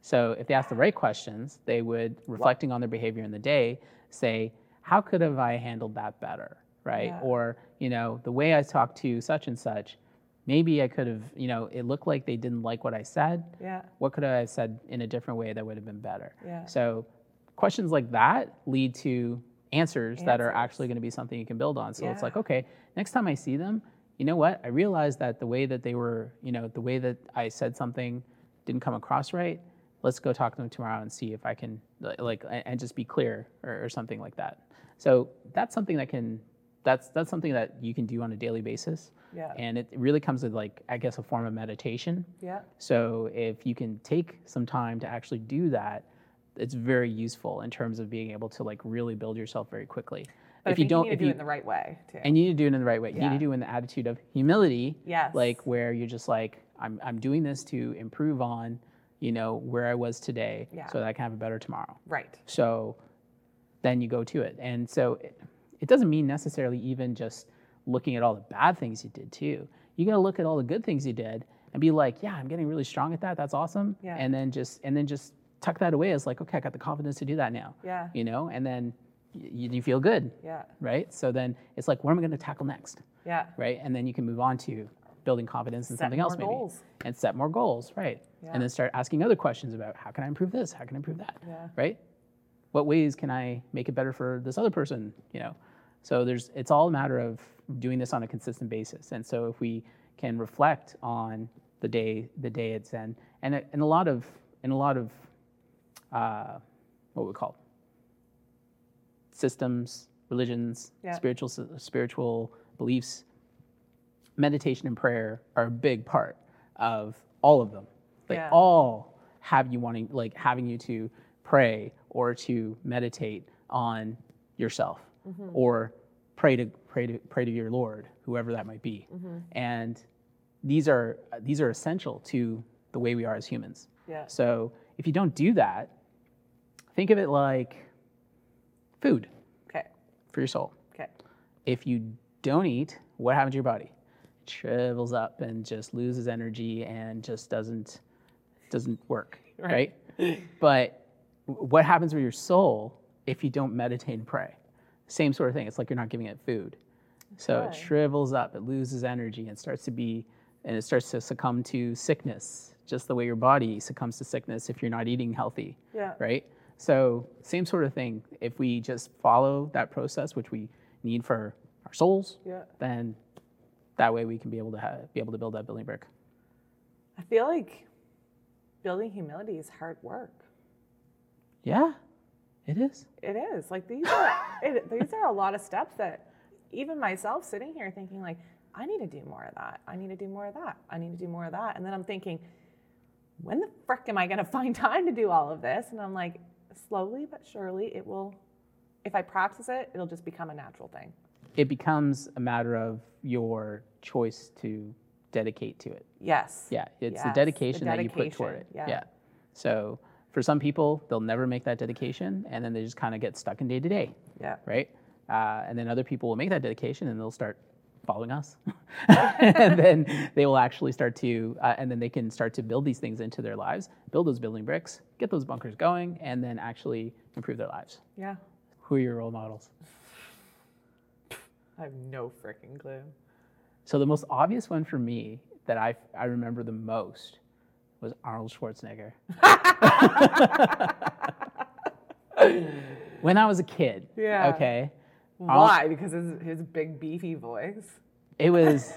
[SPEAKER 3] So if they ask the right questions, they would, reflecting on their behavior in the day, say, how could have I handled that better? Right?
[SPEAKER 2] Yeah.
[SPEAKER 3] Or, you know, the way I talked to such and such, maybe I could have, you know, it looked like they didn't like what I said.
[SPEAKER 2] Yeah.
[SPEAKER 3] What could I have said in a different way that would have been better?
[SPEAKER 2] Yeah.
[SPEAKER 3] So questions like that lead to answers, that are
[SPEAKER 2] Answers.
[SPEAKER 3] actually going to be something you can build on. So it's
[SPEAKER 2] Yeah.
[SPEAKER 3] like, okay, next time I see them, you know what? I realized that the way that they were, you know, the way that I said something didn't come across right. Let's go talk to them tomorrow and see if I can, li- like, a- and just be clear or, or something like that. So that's something that can, that's that's something that you can do on a daily basis.
[SPEAKER 2] Yeah.
[SPEAKER 3] And it really comes with like, I guess, a form of meditation.
[SPEAKER 2] Yeah.
[SPEAKER 3] So if you can take some time to actually do that, it's very useful in terms of being able to like really build yourself very quickly.
[SPEAKER 2] But I
[SPEAKER 3] if you
[SPEAKER 2] think
[SPEAKER 3] don't,
[SPEAKER 2] you need
[SPEAKER 3] if
[SPEAKER 2] to do
[SPEAKER 3] you
[SPEAKER 2] it in the right way too.
[SPEAKER 3] and you need to do it in the right way. You
[SPEAKER 2] Yeah.
[SPEAKER 3] need to do it in the attitude of humility.
[SPEAKER 2] Yes.
[SPEAKER 3] Like where you're just like, I'm I'm doing this to improve on, you know, where I was today,
[SPEAKER 2] Yeah.
[SPEAKER 3] so that I can have a better tomorrow.
[SPEAKER 2] right.
[SPEAKER 3] So then you go to it. And so it, it doesn't mean necessarily even just looking at all the bad things you did too. You got to look at all the good things you did and be like, yeah, I'm getting really strong at that. That's awesome.
[SPEAKER 2] Yeah.
[SPEAKER 3] And then just and then just tuck that away as like, okay, I got the confidence to do that now.
[SPEAKER 2] Yeah.
[SPEAKER 3] You know, and then you, you feel good,
[SPEAKER 2] Yeah.
[SPEAKER 3] right? So then it's like, what am I going to tackle next?
[SPEAKER 2] Yeah.
[SPEAKER 3] right? And then you can move on to building confidence in
[SPEAKER 2] Set
[SPEAKER 3] something else,
[SPEAKER 2] more
[SPEAKER 3] maybe,
[SPEAKER 2] goals.
[SPEAKER 3] and set more goals, right?
[SPEAKER 2] Yeah.
[SPEAKER 3] And then start asking other questions about how can I improve this? How can I improve that?
[SPEAKER 2] Yeah.
[SPEAKER 3] Right? What ways can I make it better for this other person? You know, so there's it's all a matter of doing this on a consistent basis. And so if we can reflect on the day, the day it's in, and a- and a lot of and a lot of uh, what we call systems, religions,
[SPEAKER 2] Yeah.
[SPEAKER 3] spiritual spiritual beliefs, meditation and prayer are a big part of all of them. Like
[SPEAKER 2] Yeah.
[SPEAKER 3] all have you wanting like having you to pray or to meditate on yourself or pray to pray to pray to your Lord, whoever that might be. And these are these are essential to the way we are as humans.
[SPEAKER 2] Yeah.
[SPEAKER 3] So if you don't do that, think of it like food
[SPEAKER 2] Okay.
[SPEAKER 3] for your soul.
[SPEAKER 2] Okay.
[SPEAKER 3] If you don't eat, what happens to your body? It shrivels up and just loses energy and just doesn't doesn't work, right? but w- what happens with your soul if you don't meditate and pray? Same sort of thing. It's like you're not giving it food. So it
[SPEAKER 2] Okay.
[SPEAKER 3] shrivels up, it loses energy, and starts to be, and it starts to succumb to sickness, just the way your body succumbs to sickness if you're not eating healthy,
[SPEAKER 2] Yeah.
[SPEAKER 3] right? So same sort of thing. If we just follow that process, which we need for our souls,
[SPEAKER 2] Yeah.
[SPEAKER 3] then that way we can be able to have, be able to build that building brick.
[SPEAKER 2] I feel like building humility is hard work.
[SPEAKER 3] Yeah, it is.
[SPEAKER 2] It is. Like these are it, these are a lot of steps that even myself sitting here thinking like I need to do more of that. I need to do more of that. I need to do more of that. And then I'm thinking when the frick am I going to find time to do all of this? And I'm like slowly but surely it will if I practice it, it'll just become a natural thing.
[SPEAKER 3] It becomes a matter of your choice to dedicate to it.
[SPEAKER 2] Yes.
[SPEAKER 3] Yeah, it's
[SPEAKER 2] Yes,
[SPEAKER 3] the,
[SPEAKER 2] the
[SPEAKER 3] dedication that you put toward it.
[SPEAKER 2] dedication, yeah.
[SPEAKER 3] So for some people, they'll never make that dedication, and then they just kind of get stuck in day to day,
[SPEAKER 2] Yeah.
[SPEAKER 3] right? Uh, and then other people will make that dedication, and they'll start following us, and then they will actually start to, uh, and then they can start to build these things into their lives, build those building bricks, get those bunkers going, and then actually improve their lives.
[SPEAKER 2] Yeah.
[SPEAKER 3] Who are your role models?
[SPEAKER 2] I have no freaking clue.
[SPEAKER 3] So the most obvious one for me that I, I remember the most was Arnold Schwarzenegger. when I was a kid.
[SPEAKER 2] Yeah.
[SPEAKER 3] Okay.
[SPEAKER 2] Why? Because his, his big beefy voice.
[SPEAKER 3] It was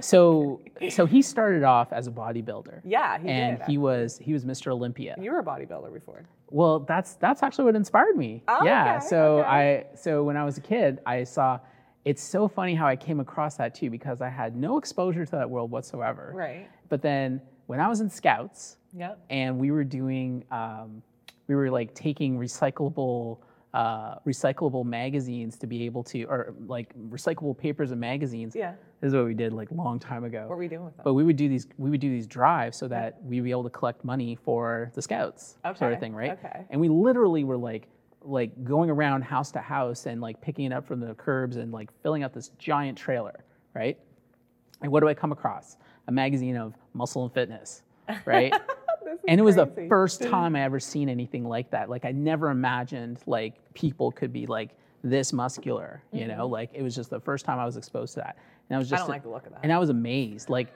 [SPEAKER 3] so so he started off as a bodybuilder.
[SPEAKER 2] Yeah, he
[SPEAKER 3] and
[SPEAKER 2] did,
[SPEAKER 3] he was he was Mr. Olympia.
[SPEAKER 2] You were a bodybuilder before.
[SPEAKER 3] Well, that's that's actually what inspired me.
[SPEAKER 2] Oh,
[SPEAKER 3] yeah.
[SPEAKER 2] okay,
[SPEAKER 3] so
[SPEAKER 2] okay.
[SPEAKER 3] I so when I was a kid, I saw it's so funny how I came across that too because I had no exposure to that world whatsoever.
[SPEAKER 2] Right.
[SPEAKER 3] But then when I was in Scouts
[SPEAKER 2] Yep.
[SPEAKER 3] and we were doing, um, we were like taking recyclable, uh, recyclable magazines to be able to, or like recyclable papers and magazines.
[SPEAKER 2] Yeah.
[SPEAKER 3] This is what we did like long time ago.
[SPEAKER 2] What were we doing with them?
[SPEAKER 3] But we would do these we would do these drives so that we'd be able to collect money for the scouts sort of
[SPEAKER 2] Mm-hmm. Okay,
[SPEAKER 3] thing, right?
[SPEAKER 2] okay.
[SPEAKER 3] And we literally were like like going around house to house and like picking it up from the curbs and like filling up this giant trailer, right? And what do I come across? A magazine of muscle and fitness, right?
[SPEAKER 2] This is
[SPEAKER 3] and it was the
[SPEAKER 2] crazy.
[SPEAKER 3] first time I ever seen anything like that. Like I never imagined like people could be like this muscular, you know? Like it was just the first time I was exposed to that. And I was
[SPEAKER 2] Mm-hmm. I
[SPEAKER 3] just
[SPEAKER 2] don't like the look of that.
[SPEAKER 3] and I was amazed. Like,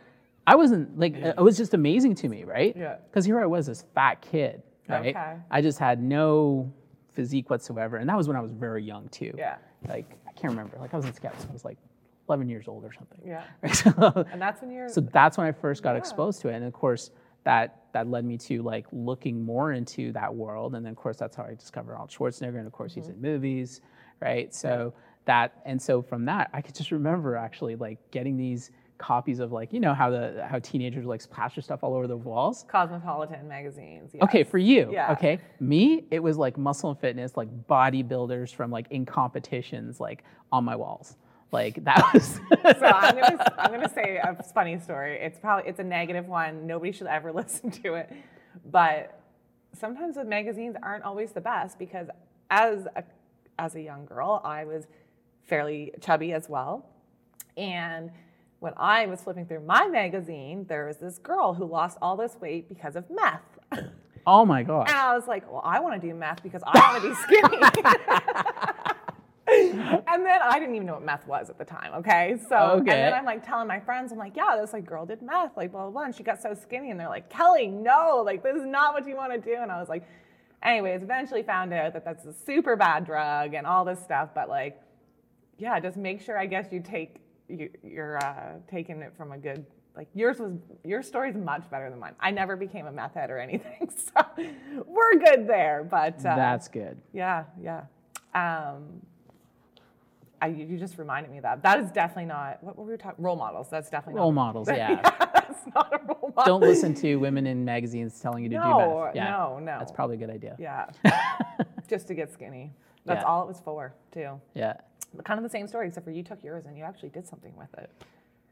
[SPEAKER 3] I wasn't like it was just amazing to me, right?
[SPEAKER 2] Yeah.
[SPEAKER 3] Because here I was, this fat kid, right?
[SPEAKER 2] Okay.
[SPEAKER 3] I just had no physique whatsoever, and that was when I was very young too.
[SPEAKER 2] Yeah.
[SPEAKER 3] Like I can't remember. Like I was in scouts. I was like 11 years old or something.
[SPEAKER 2] Yeah.
[SPEAKER 3] Right? So,
[SPEAKER 2] And that's when you're
[SPEAKER 3] so that's when I first got exposed to it, and of course that that led me to like looking more into that world, and then of course that's how I discovered Arnold Schwarzenegger, and of course he's in
[SPEAKER 2] Mm-hmm.
[SPEAKER 3] movies, right? So that and so from that I could just remember actually like getting these copies of like you know how the how teenagers like plaster stuff all over the walls.
[SPEAKER 2] Cosmopolitan magazines. yes.
[SPEAKER 3] Okay, for you.
[SPEAKER 2] Yeah.
[SPEAKER 3] Okay. Me, it was like muscle and fitness, like bodybuilders from like in competitions, like on my walls. Like that was
[SPEAKER 2] So I'm gonna I'm gonna say a funny story. It's probably it's a negative one. Nobody should ever listen to it. But sometimes the magazines aren't always the best because as a as a young girl, I was fairly chubby as well. And when I was flipping through my magazine, there was this girl who lost all this weight because of meth.
[SPEAKER 3] oh my god.
[SPEAKER 2] And I was like, well, I want to do meth because I want to be skinny. and then I didn't even know what meth was at the time, okay? So and
[SPEAKER 3] Okay.
[SPEAKER 2] then I'm like telling my friends, I'm like, yeah, this like girl did meth, like blah blah blah. And she got so skinny, and they're like, Kelly, no, like this is not what you want to do. And I was like, anyways, eventually found out that that's a super bad drug and all this stuff, but like, yeah, just make sure I guess you take you, you're uh, taking it from a good like yours was your story's much better than mine. I never became a meth head or anything, so we're good there. But uh,
[SPEAKER 3] That's good.
[SPEAKER 2] yeah, yeah. Um, I, you you just reminded me of that that is definitely not what were we talking role models. That's definitely
[SPEAKER 3] Role
[SPEAKER 2] not,
[SPEAKER 3] models, yeah.
[SPEAKER 2] that's not a role model.
[SPEAKER 3] Don't listen to women in magazines telling you to do
[SPEAKER 2] No,
[SPEAKER 3] meth. Yeah.
[SPEAKER 2] no, no.
[SPEAKER 3] That's probably a good idea. Yeah.
[SPEAKER 2] Yeah, just to get skinny. That's
[SPEAKER 3] Yeah.
[SPEAKER 2] all it was for too.
[SPEAKER 3] yeah.
[SPEAKER 2] Kind of the same story, except for you took yours and you actually did something with it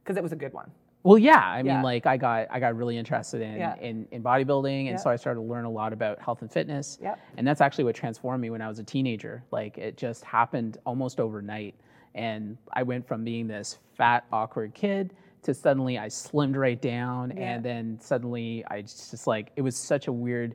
[SPEAKER 2] because it was a good one.
[SPEAKER 3] Well, yeah. I mean,
[SPEAKER 2] Yeah.
[SPEAKER 3] like I got I got really interested in
[SPEAKER 2] Yeah.
[SPEAKER 3] in, in bodybuilding, and
[SPEAKER 2] Yeah.
[SPEAKER 3] so I started to learn a lot about health and fitness.
[SPEAKER 2] Yep.
[SPEAKER 3] And that's actually what transformed me when I was a teenager. Like it just happened almost overnight, and I went from being this fat, awkward kid to suddenly I slimmed right down
[SPEAKER 2] Yeah.
[SPEAKER 3] and then suddenly I just, just like it was such a weird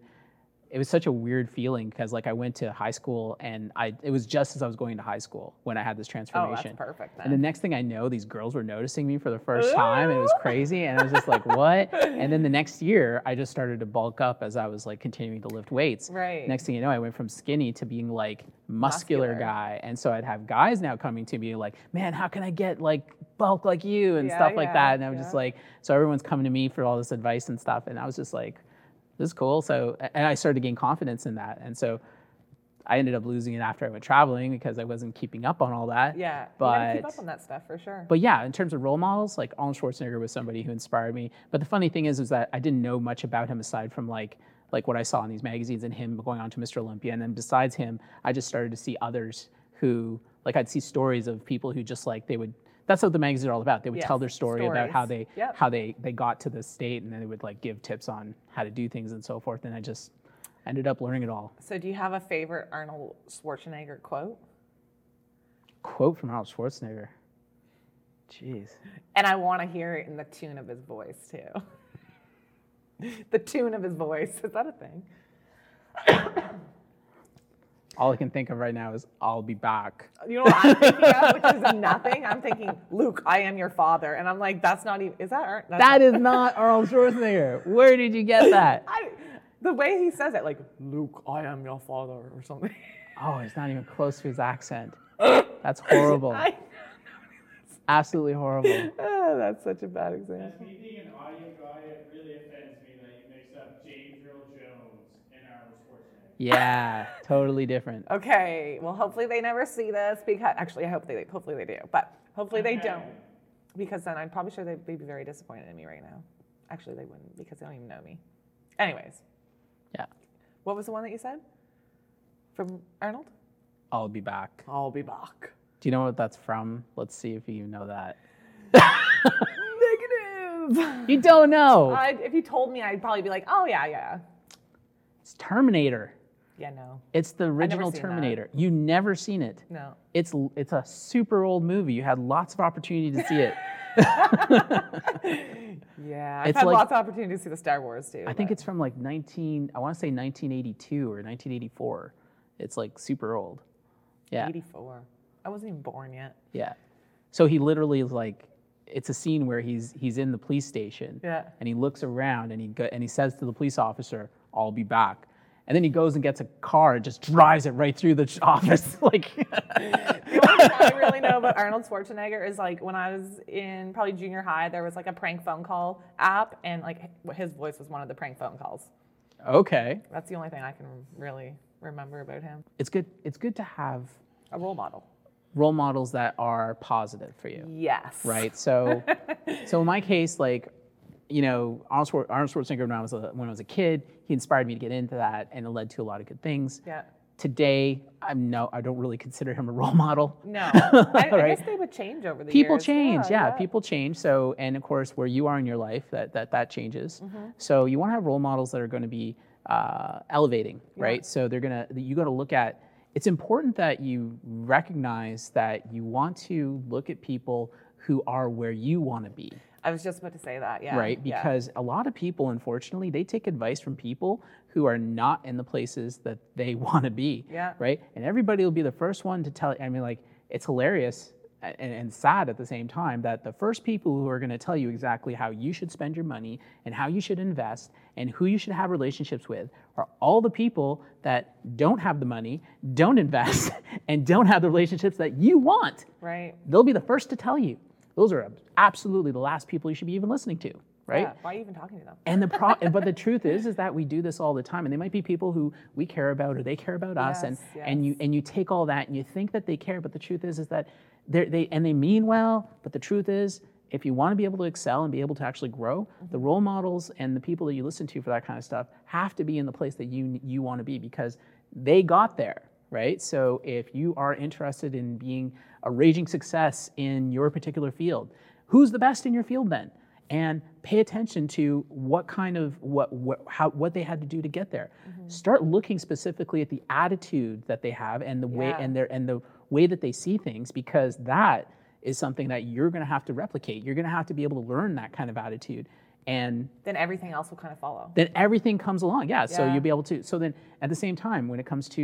[SPEAKER 3] it was such a weird feeling because like I went to high school and I it was just as I was going to high school when I had this
[SPEAKER 2] Oh,
[SPEAKER 3] transformation.
[SPEAKER 2] that's perfect
[SPEAKER 3] And the
[SPEAKER 2] then.
[SPEAKER 3] next thing I know, these girls were noticing me for the first time. and It was crazy. And I was just like, what? And then the next year, I just started to bulk up as I was like continuing to lift weights.
[SPEAKER 2] Right.
[SPEAKER 3] Next thing you know, I went from skinny to being like muscular,
[SPEAKER 2] Muscular.
[SPEAKER 3] guy. And so I'd have guys now coming to me like, man, how can I get like bulk like you and
[SPEAKER 2] Yeah,
[SPEAKER 3] stuff like
[SPEAKER 2] yeah,
[SPEAKER 3] that? And I'm just
[SPEAKER 2] yeah.
[SPEAKER 3] like, so everyone's coming to me for all this advice and stuff. And I was just like, this is cool. So, and I started to gain confidence in that. And so, I ended up losing it after I went traveling because I wasn't keeping up on all that.
[SPEAKER 2] Yeah, you gotta
[SPEAKER 3] but
[SPEAKER 2] keep up on that stuff for sure.
[SPEAKER 3] but yeah, in terms of role models, like Arnold Schwarzenegger was somebody who inspired me. But the funny thing is, is that I didn't know much about him aside from like like what I saw in these magazines and him going on to Mr. Olympia. And then besides him, I just started to see others who like I'd see stories of people who just like they would. That's what the magazines are all about. They would tell
[SPEAKER 2] Yes,
[SPEAKER 3] their story about how they
[SPEAKER 2] stories. Yep.
[SPEAKER 3] how they they got to this state, and then they would like give tips on how to do things and so forth. And I just ended up learning it all.
[SPEAKER 2] so, do you have a favorite Arnold Schwarzenegger quote?
[SPEAKER 3] Quote from Arnold Schwarzenegger. Jeez.
[SPEAKER 2] And I want to hear it in the tune of his voice too. the tune of his voice is that a thing?
[SPEAKER 3] All I can think of right now is I'll be back.
[SPEAKER 2] You know what I'm thinking of, which is nothing. I'm thinking, Luke, I am your father, and I'm like, that's not even. Is that Arnold?
[SPEAKER 3] That is not Arnold Schwarzenegger. Where did you get that?
[SPEAKER 2] I, the way he says it, like Luke, I am your father, or something.
[SPEAKER 3] Oh, it's not even close to his accent. That's horrible.
[SPEAKER 2] I,
[SPEAKER 3] Absolutely horrible.
[SPEAKER 2] Ah, that's such a bad example.
[SPEAKER 4] As me being an audio guy, it really offends me that you mix up James Earl Jones and Arnold Schwarzenegger.
[SPEAKER 3] Yeah, totally different.
[SPEAKER 2] Okay. Well, hopefully they never see this because actually, I hope they hopefully they do, but hopefully they don't because then I'm probably sure they'd they'd be very disappointed in me right now. Actually, they wouldn't because they don't even know me. Anyways,
[SPEAKER 3] Yeah.
[SPEAKER 2] what was the one that you said from Arnold?
[SPEAKER 3] I'll be back.
[SPEAKER 2] I'll be back.
[SPEAKER 3] Do you know what that's from? Let's see if you know that.
[SPEAKER 2] Negative.
[SPEAKER 3] You don't know.
[SPEAKER 2] I, if you told me, I'd probably be like, oh yeah, yeah,
[SPEAKER 3] It's Terminator.
[SPEAKER 2] yeah. No,
[SPEAKER 3] It's the original
[SPEAKER 2] seen that.
[SPEAKER 3] Terminator. You never seen it.
[SPEAKER 2] no.
[SPEAKER 3] It's it's a super old movie. You had lots of opportunity to see it.
[SPEAKER 2] Yeah, I've
[SPEAKER 3] It's
[SPEAKER 2] had
[SPEAKER 3] like-
[SPEAKER 2] lots of opportunity to see the Star Wars too.
[SPEAKER 3] I think it's from like 19 I want to say 1982 or 1984. It's like super old. Yeah.
[SPEAKER 2] 84. I wasn't even born yet.
[SPEAKER 3] Yeah. So he literally is like, it's a scene where he's he's in the police station.
[SPEAKER 2] Yeah.
[SPEAKER 3] And he looks around and he go, and he says to the police officer, "I'll be back." And then he goes and gets a car and just drives it right through the ch- office. like,
[SPEAKER 2] The only thing I really know about Arnold Schwarzenegger is like when I was in probably junior high, there was like a prank phone call app, and like h- his voice was one of the prank phone calls.
[SPEAKER 3] okay,
[SPEAKER 2] That's the only thing I can really remember about him.
[SPEAKER 3] it's good. It's good to have
[SPEAKER 2] A role model.
[SPEAKER 3] role models that are positive for you.
[SPEAKER 2] Yes.
[SPEAKER 3] right? So, so in my case, like, you know, Arnold, Schwar- Arnold Schwarzenegger when I was a, when I was a kid, he inspired me to get into that, and it led to a lot of good things.
[SPEAKER 2] Yeah.
[SPEAKER 3] Today, I'm no, I don't really consider him a role model.
[SPEAKER 2] No. I, I
[SPEAKER 3] Right.
[SPEAKER 2] guess they would change over the
[SPEAKER 3] People
[SPEAKER 2] years.
[SPEAKER 3] change, yeah, People change. So, and of course, where you are in your life, that that that changes. So, you want to have role models that are going to be uh, elevating, right? So, they're gonna you got to look at. It's important that you recognize that you want to look at people who are where you want to be
[SPEAKER 2] I was just about to say that. Yeah.
[SPEAKER 3] right
[SPEAKER 2] yeah.
[SPEAKER 3] because a lot of people unfortunately they take advice from people who are not in the places that they want to be
[SPEAKER 2] Yeah.
[SPEAKER 3] right and everybody will be the first one to tell i mean like it's hilarious a- and, and sad at the same time that the first people who are going to tell you exactly how you should spend your money and how you should invest and who you should have relationships with are all the people that don't have the money don't invest and don't have the relationships that you want
[SPEAKER 2] Right.
[SPEAKER 3] they'll be the first to tell you those are absolutely the last people you should be even listening to right
[SPEAKER 2] Yeah. Why are you even talking to them?
[SPEAKER 3] and the pro- and- but the truth is is that we do this all the time and they might be people who we care about or they care about us and
[SPEAKER 2] Yes,
[SPEAKER 3] and you and you take all that and you think that they care but the truth is is that they they and they mean well but the truth is if you want to be able to excel and be able to actually grow the
[SPEAKER 2] Mm-hmm.
[SPEAKER 3] role models and the people that you listen to for that kind of stuff have to be in the place that you you want to be because they got there right? So if you are interested in being a raging success in your particular field, who's the best in your field then? And pay attention to what kind of what what how what they had to do to get there.
[SPEAKER 2] Mm-hmm.
[SPEAKER 3] Start looking specifically at the attitude that they have and the way
[SPEAKER 2] Yeah.
[SPEAKER 3] and their and the way that they see things because that is something that you're going to have to replicate. You're going to have to be able to learn that kind of attitude. And
[SPEAKER 2] Then everything else will kind of follow.
[SPEAKER 3] then everything comes along. Yeah, so
[SPEAKER 2] Yeah.
[SPEAKER 3] you'll be able to. So then at the same time, when it comes to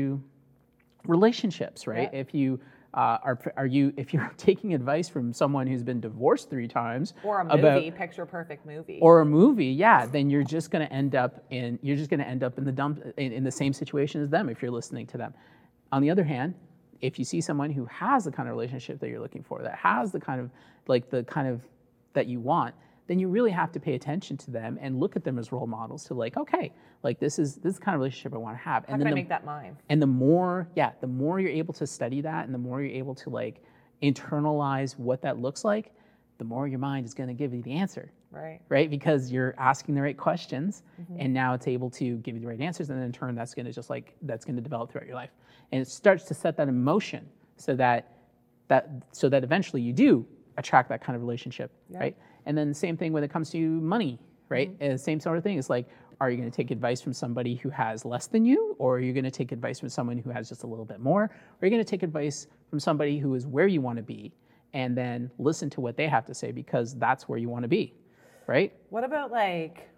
[SPEAKER 3] relationships, right? If you uh, are, are you if you're taking advice from someone who's been divorced three times
[SPEAKER 2] Or a movie,
[SPEAKER 3] about-
[SPEAKER 2] picture perfect movie.
[SPEAKER 3] or a movie, yeah, then you're just going to end up in you're just going to end up in the dump in, in the same situation as them if you're listening to them. On the other hand, if you see someone who has the kind of relationship that you're looking for, that has the kind of like the kind of that you want, then you really have to pay attention to them and look at them as role models to like, okay, like this is this is the kind of relationship I want to have.
[SPEAKER 2] How can
[SPEAKER 3] and then
[SPEAKER 2] I
[SPEAKER 3] the-
[SPEAKER 2] make that mine?
[SPEAKER 3] and the more yeah the more you're able to study that and the more you're able to like internalize what that looks like the more your mind is going to give you the answer
[SPEAKER 2] Right.
[SPEAKER 3] right because you're asking the right questions and now it's able to give you the right answers and then in turn that's going to just like that's going to develop throughout your life and it starts to set that in motion so that that so that eventually you do attract that kind of relationship right and then same thing when it comes to money right Uh, same sort of thing it's like are you going to take advice from somebody who has less than you or are you going to take advice from someone who has just a little bit more or are you going to take advice from somebody who is where you want to be and then listen to what they have to say because that's where you want to be right
[SPEAKER 2] What about like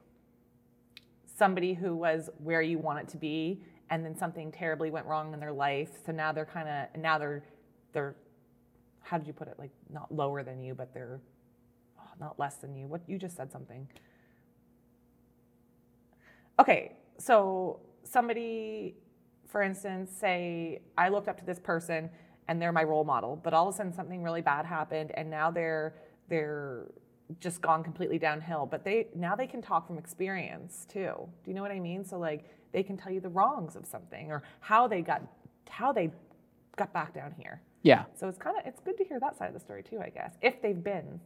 [SPEAKER 2] somebody who was where you want it to be and then something terribly went wrong in their life. So now they're kind of now they're they're how did you put it? Like not lower than you, but they're oh, not less than you. What you just said something. Okay, so somebody for instance say I looked up to this person and they're my role model, but all of a sudden something really bad happened and now they're they're just gone completely downhill, but they now they can talk from experience too. Do you know what I mean? So like they can tell you the wrongs of something or how they got how they got back down here.
[SPEAKER 3] yeah
[SPEAKER 2] So it's kind of it's good to hear that side of the story too, I guess, if they've been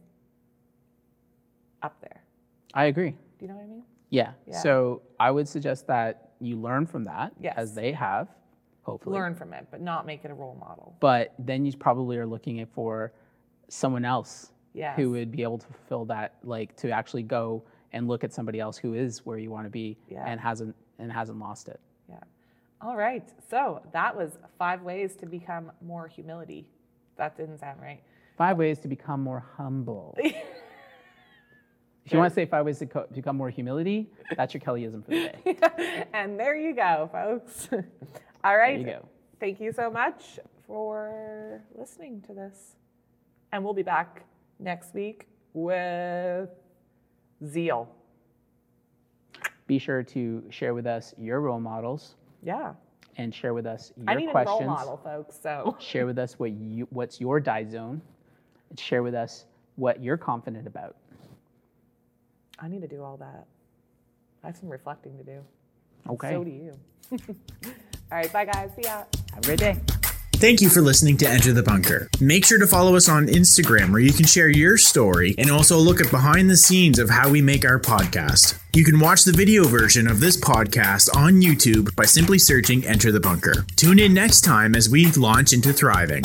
[SPEAKER 2] up there.
[SPEAKER 3] i agree
[SPEAKER 2] Do you know what I mean?
[SPEAKER 3] yeah,
[SPEAKER 2] Yeah.
[SPEAKER 3] so i would suggest that you learn from that
[SPEAKER 2] Yes.
[SPEAKER 3] as they have hopefully
[SPEAKER 2] Learn from it, but not make it a role model.
[SPEAKER 3] but then you probably are looking at for someone else
[SPEAKER 2] Yes.
[SPEAKER 3] who would be able to fulfill that like to actually go and look at somebody else who is where you want to be
[SPEAKER 2] Yeah.
[SPEAKER 3] and hasn't and hasn't lost it
[SPEAKER 2] Yeah. All right. So that was five ways to become more humility. That didn't sound right.
[SPEAKER 3] five ways to become more humble if you want to say five ways to co- become more humility that's your kellyism for the day
[SPEAKER 2] and there you go, folks. All right.
[SPEAKER 3] you go.
[SPEAKER 2] Thank you so much for listening to this. And we'll be back next week with zeal.
[SPEAKER 3] be sure to share with us your role models
[SPEAKER 2] Yeah.
[SPEAKER 3] and share with us your
[SPEAKER 2] I need
[SPEAKER 3] questions
[SPEAKER 2] a role model, folks. So
[SPEAKER 3] share with us what you what's your die zone and share with us what you're confident about
[SPEAKER 2] I need to do all that. I have some reflecting to do.
[SPEAKER 3] okay
[SPEAKER 2] So do you. all right. Bye, guys. See ya.
[SPEAKER 3] have a great day
[SPEAKER 1] Thank you for listening to Enter the Bunker. Make sure to follow us on Instagram where you can share your story and also look at behind the scenes of how we make our podcast. You can watch the video version of this podcast on YouTube by simply searching Enter the Bunker. Tune in next time as we launch into thriving.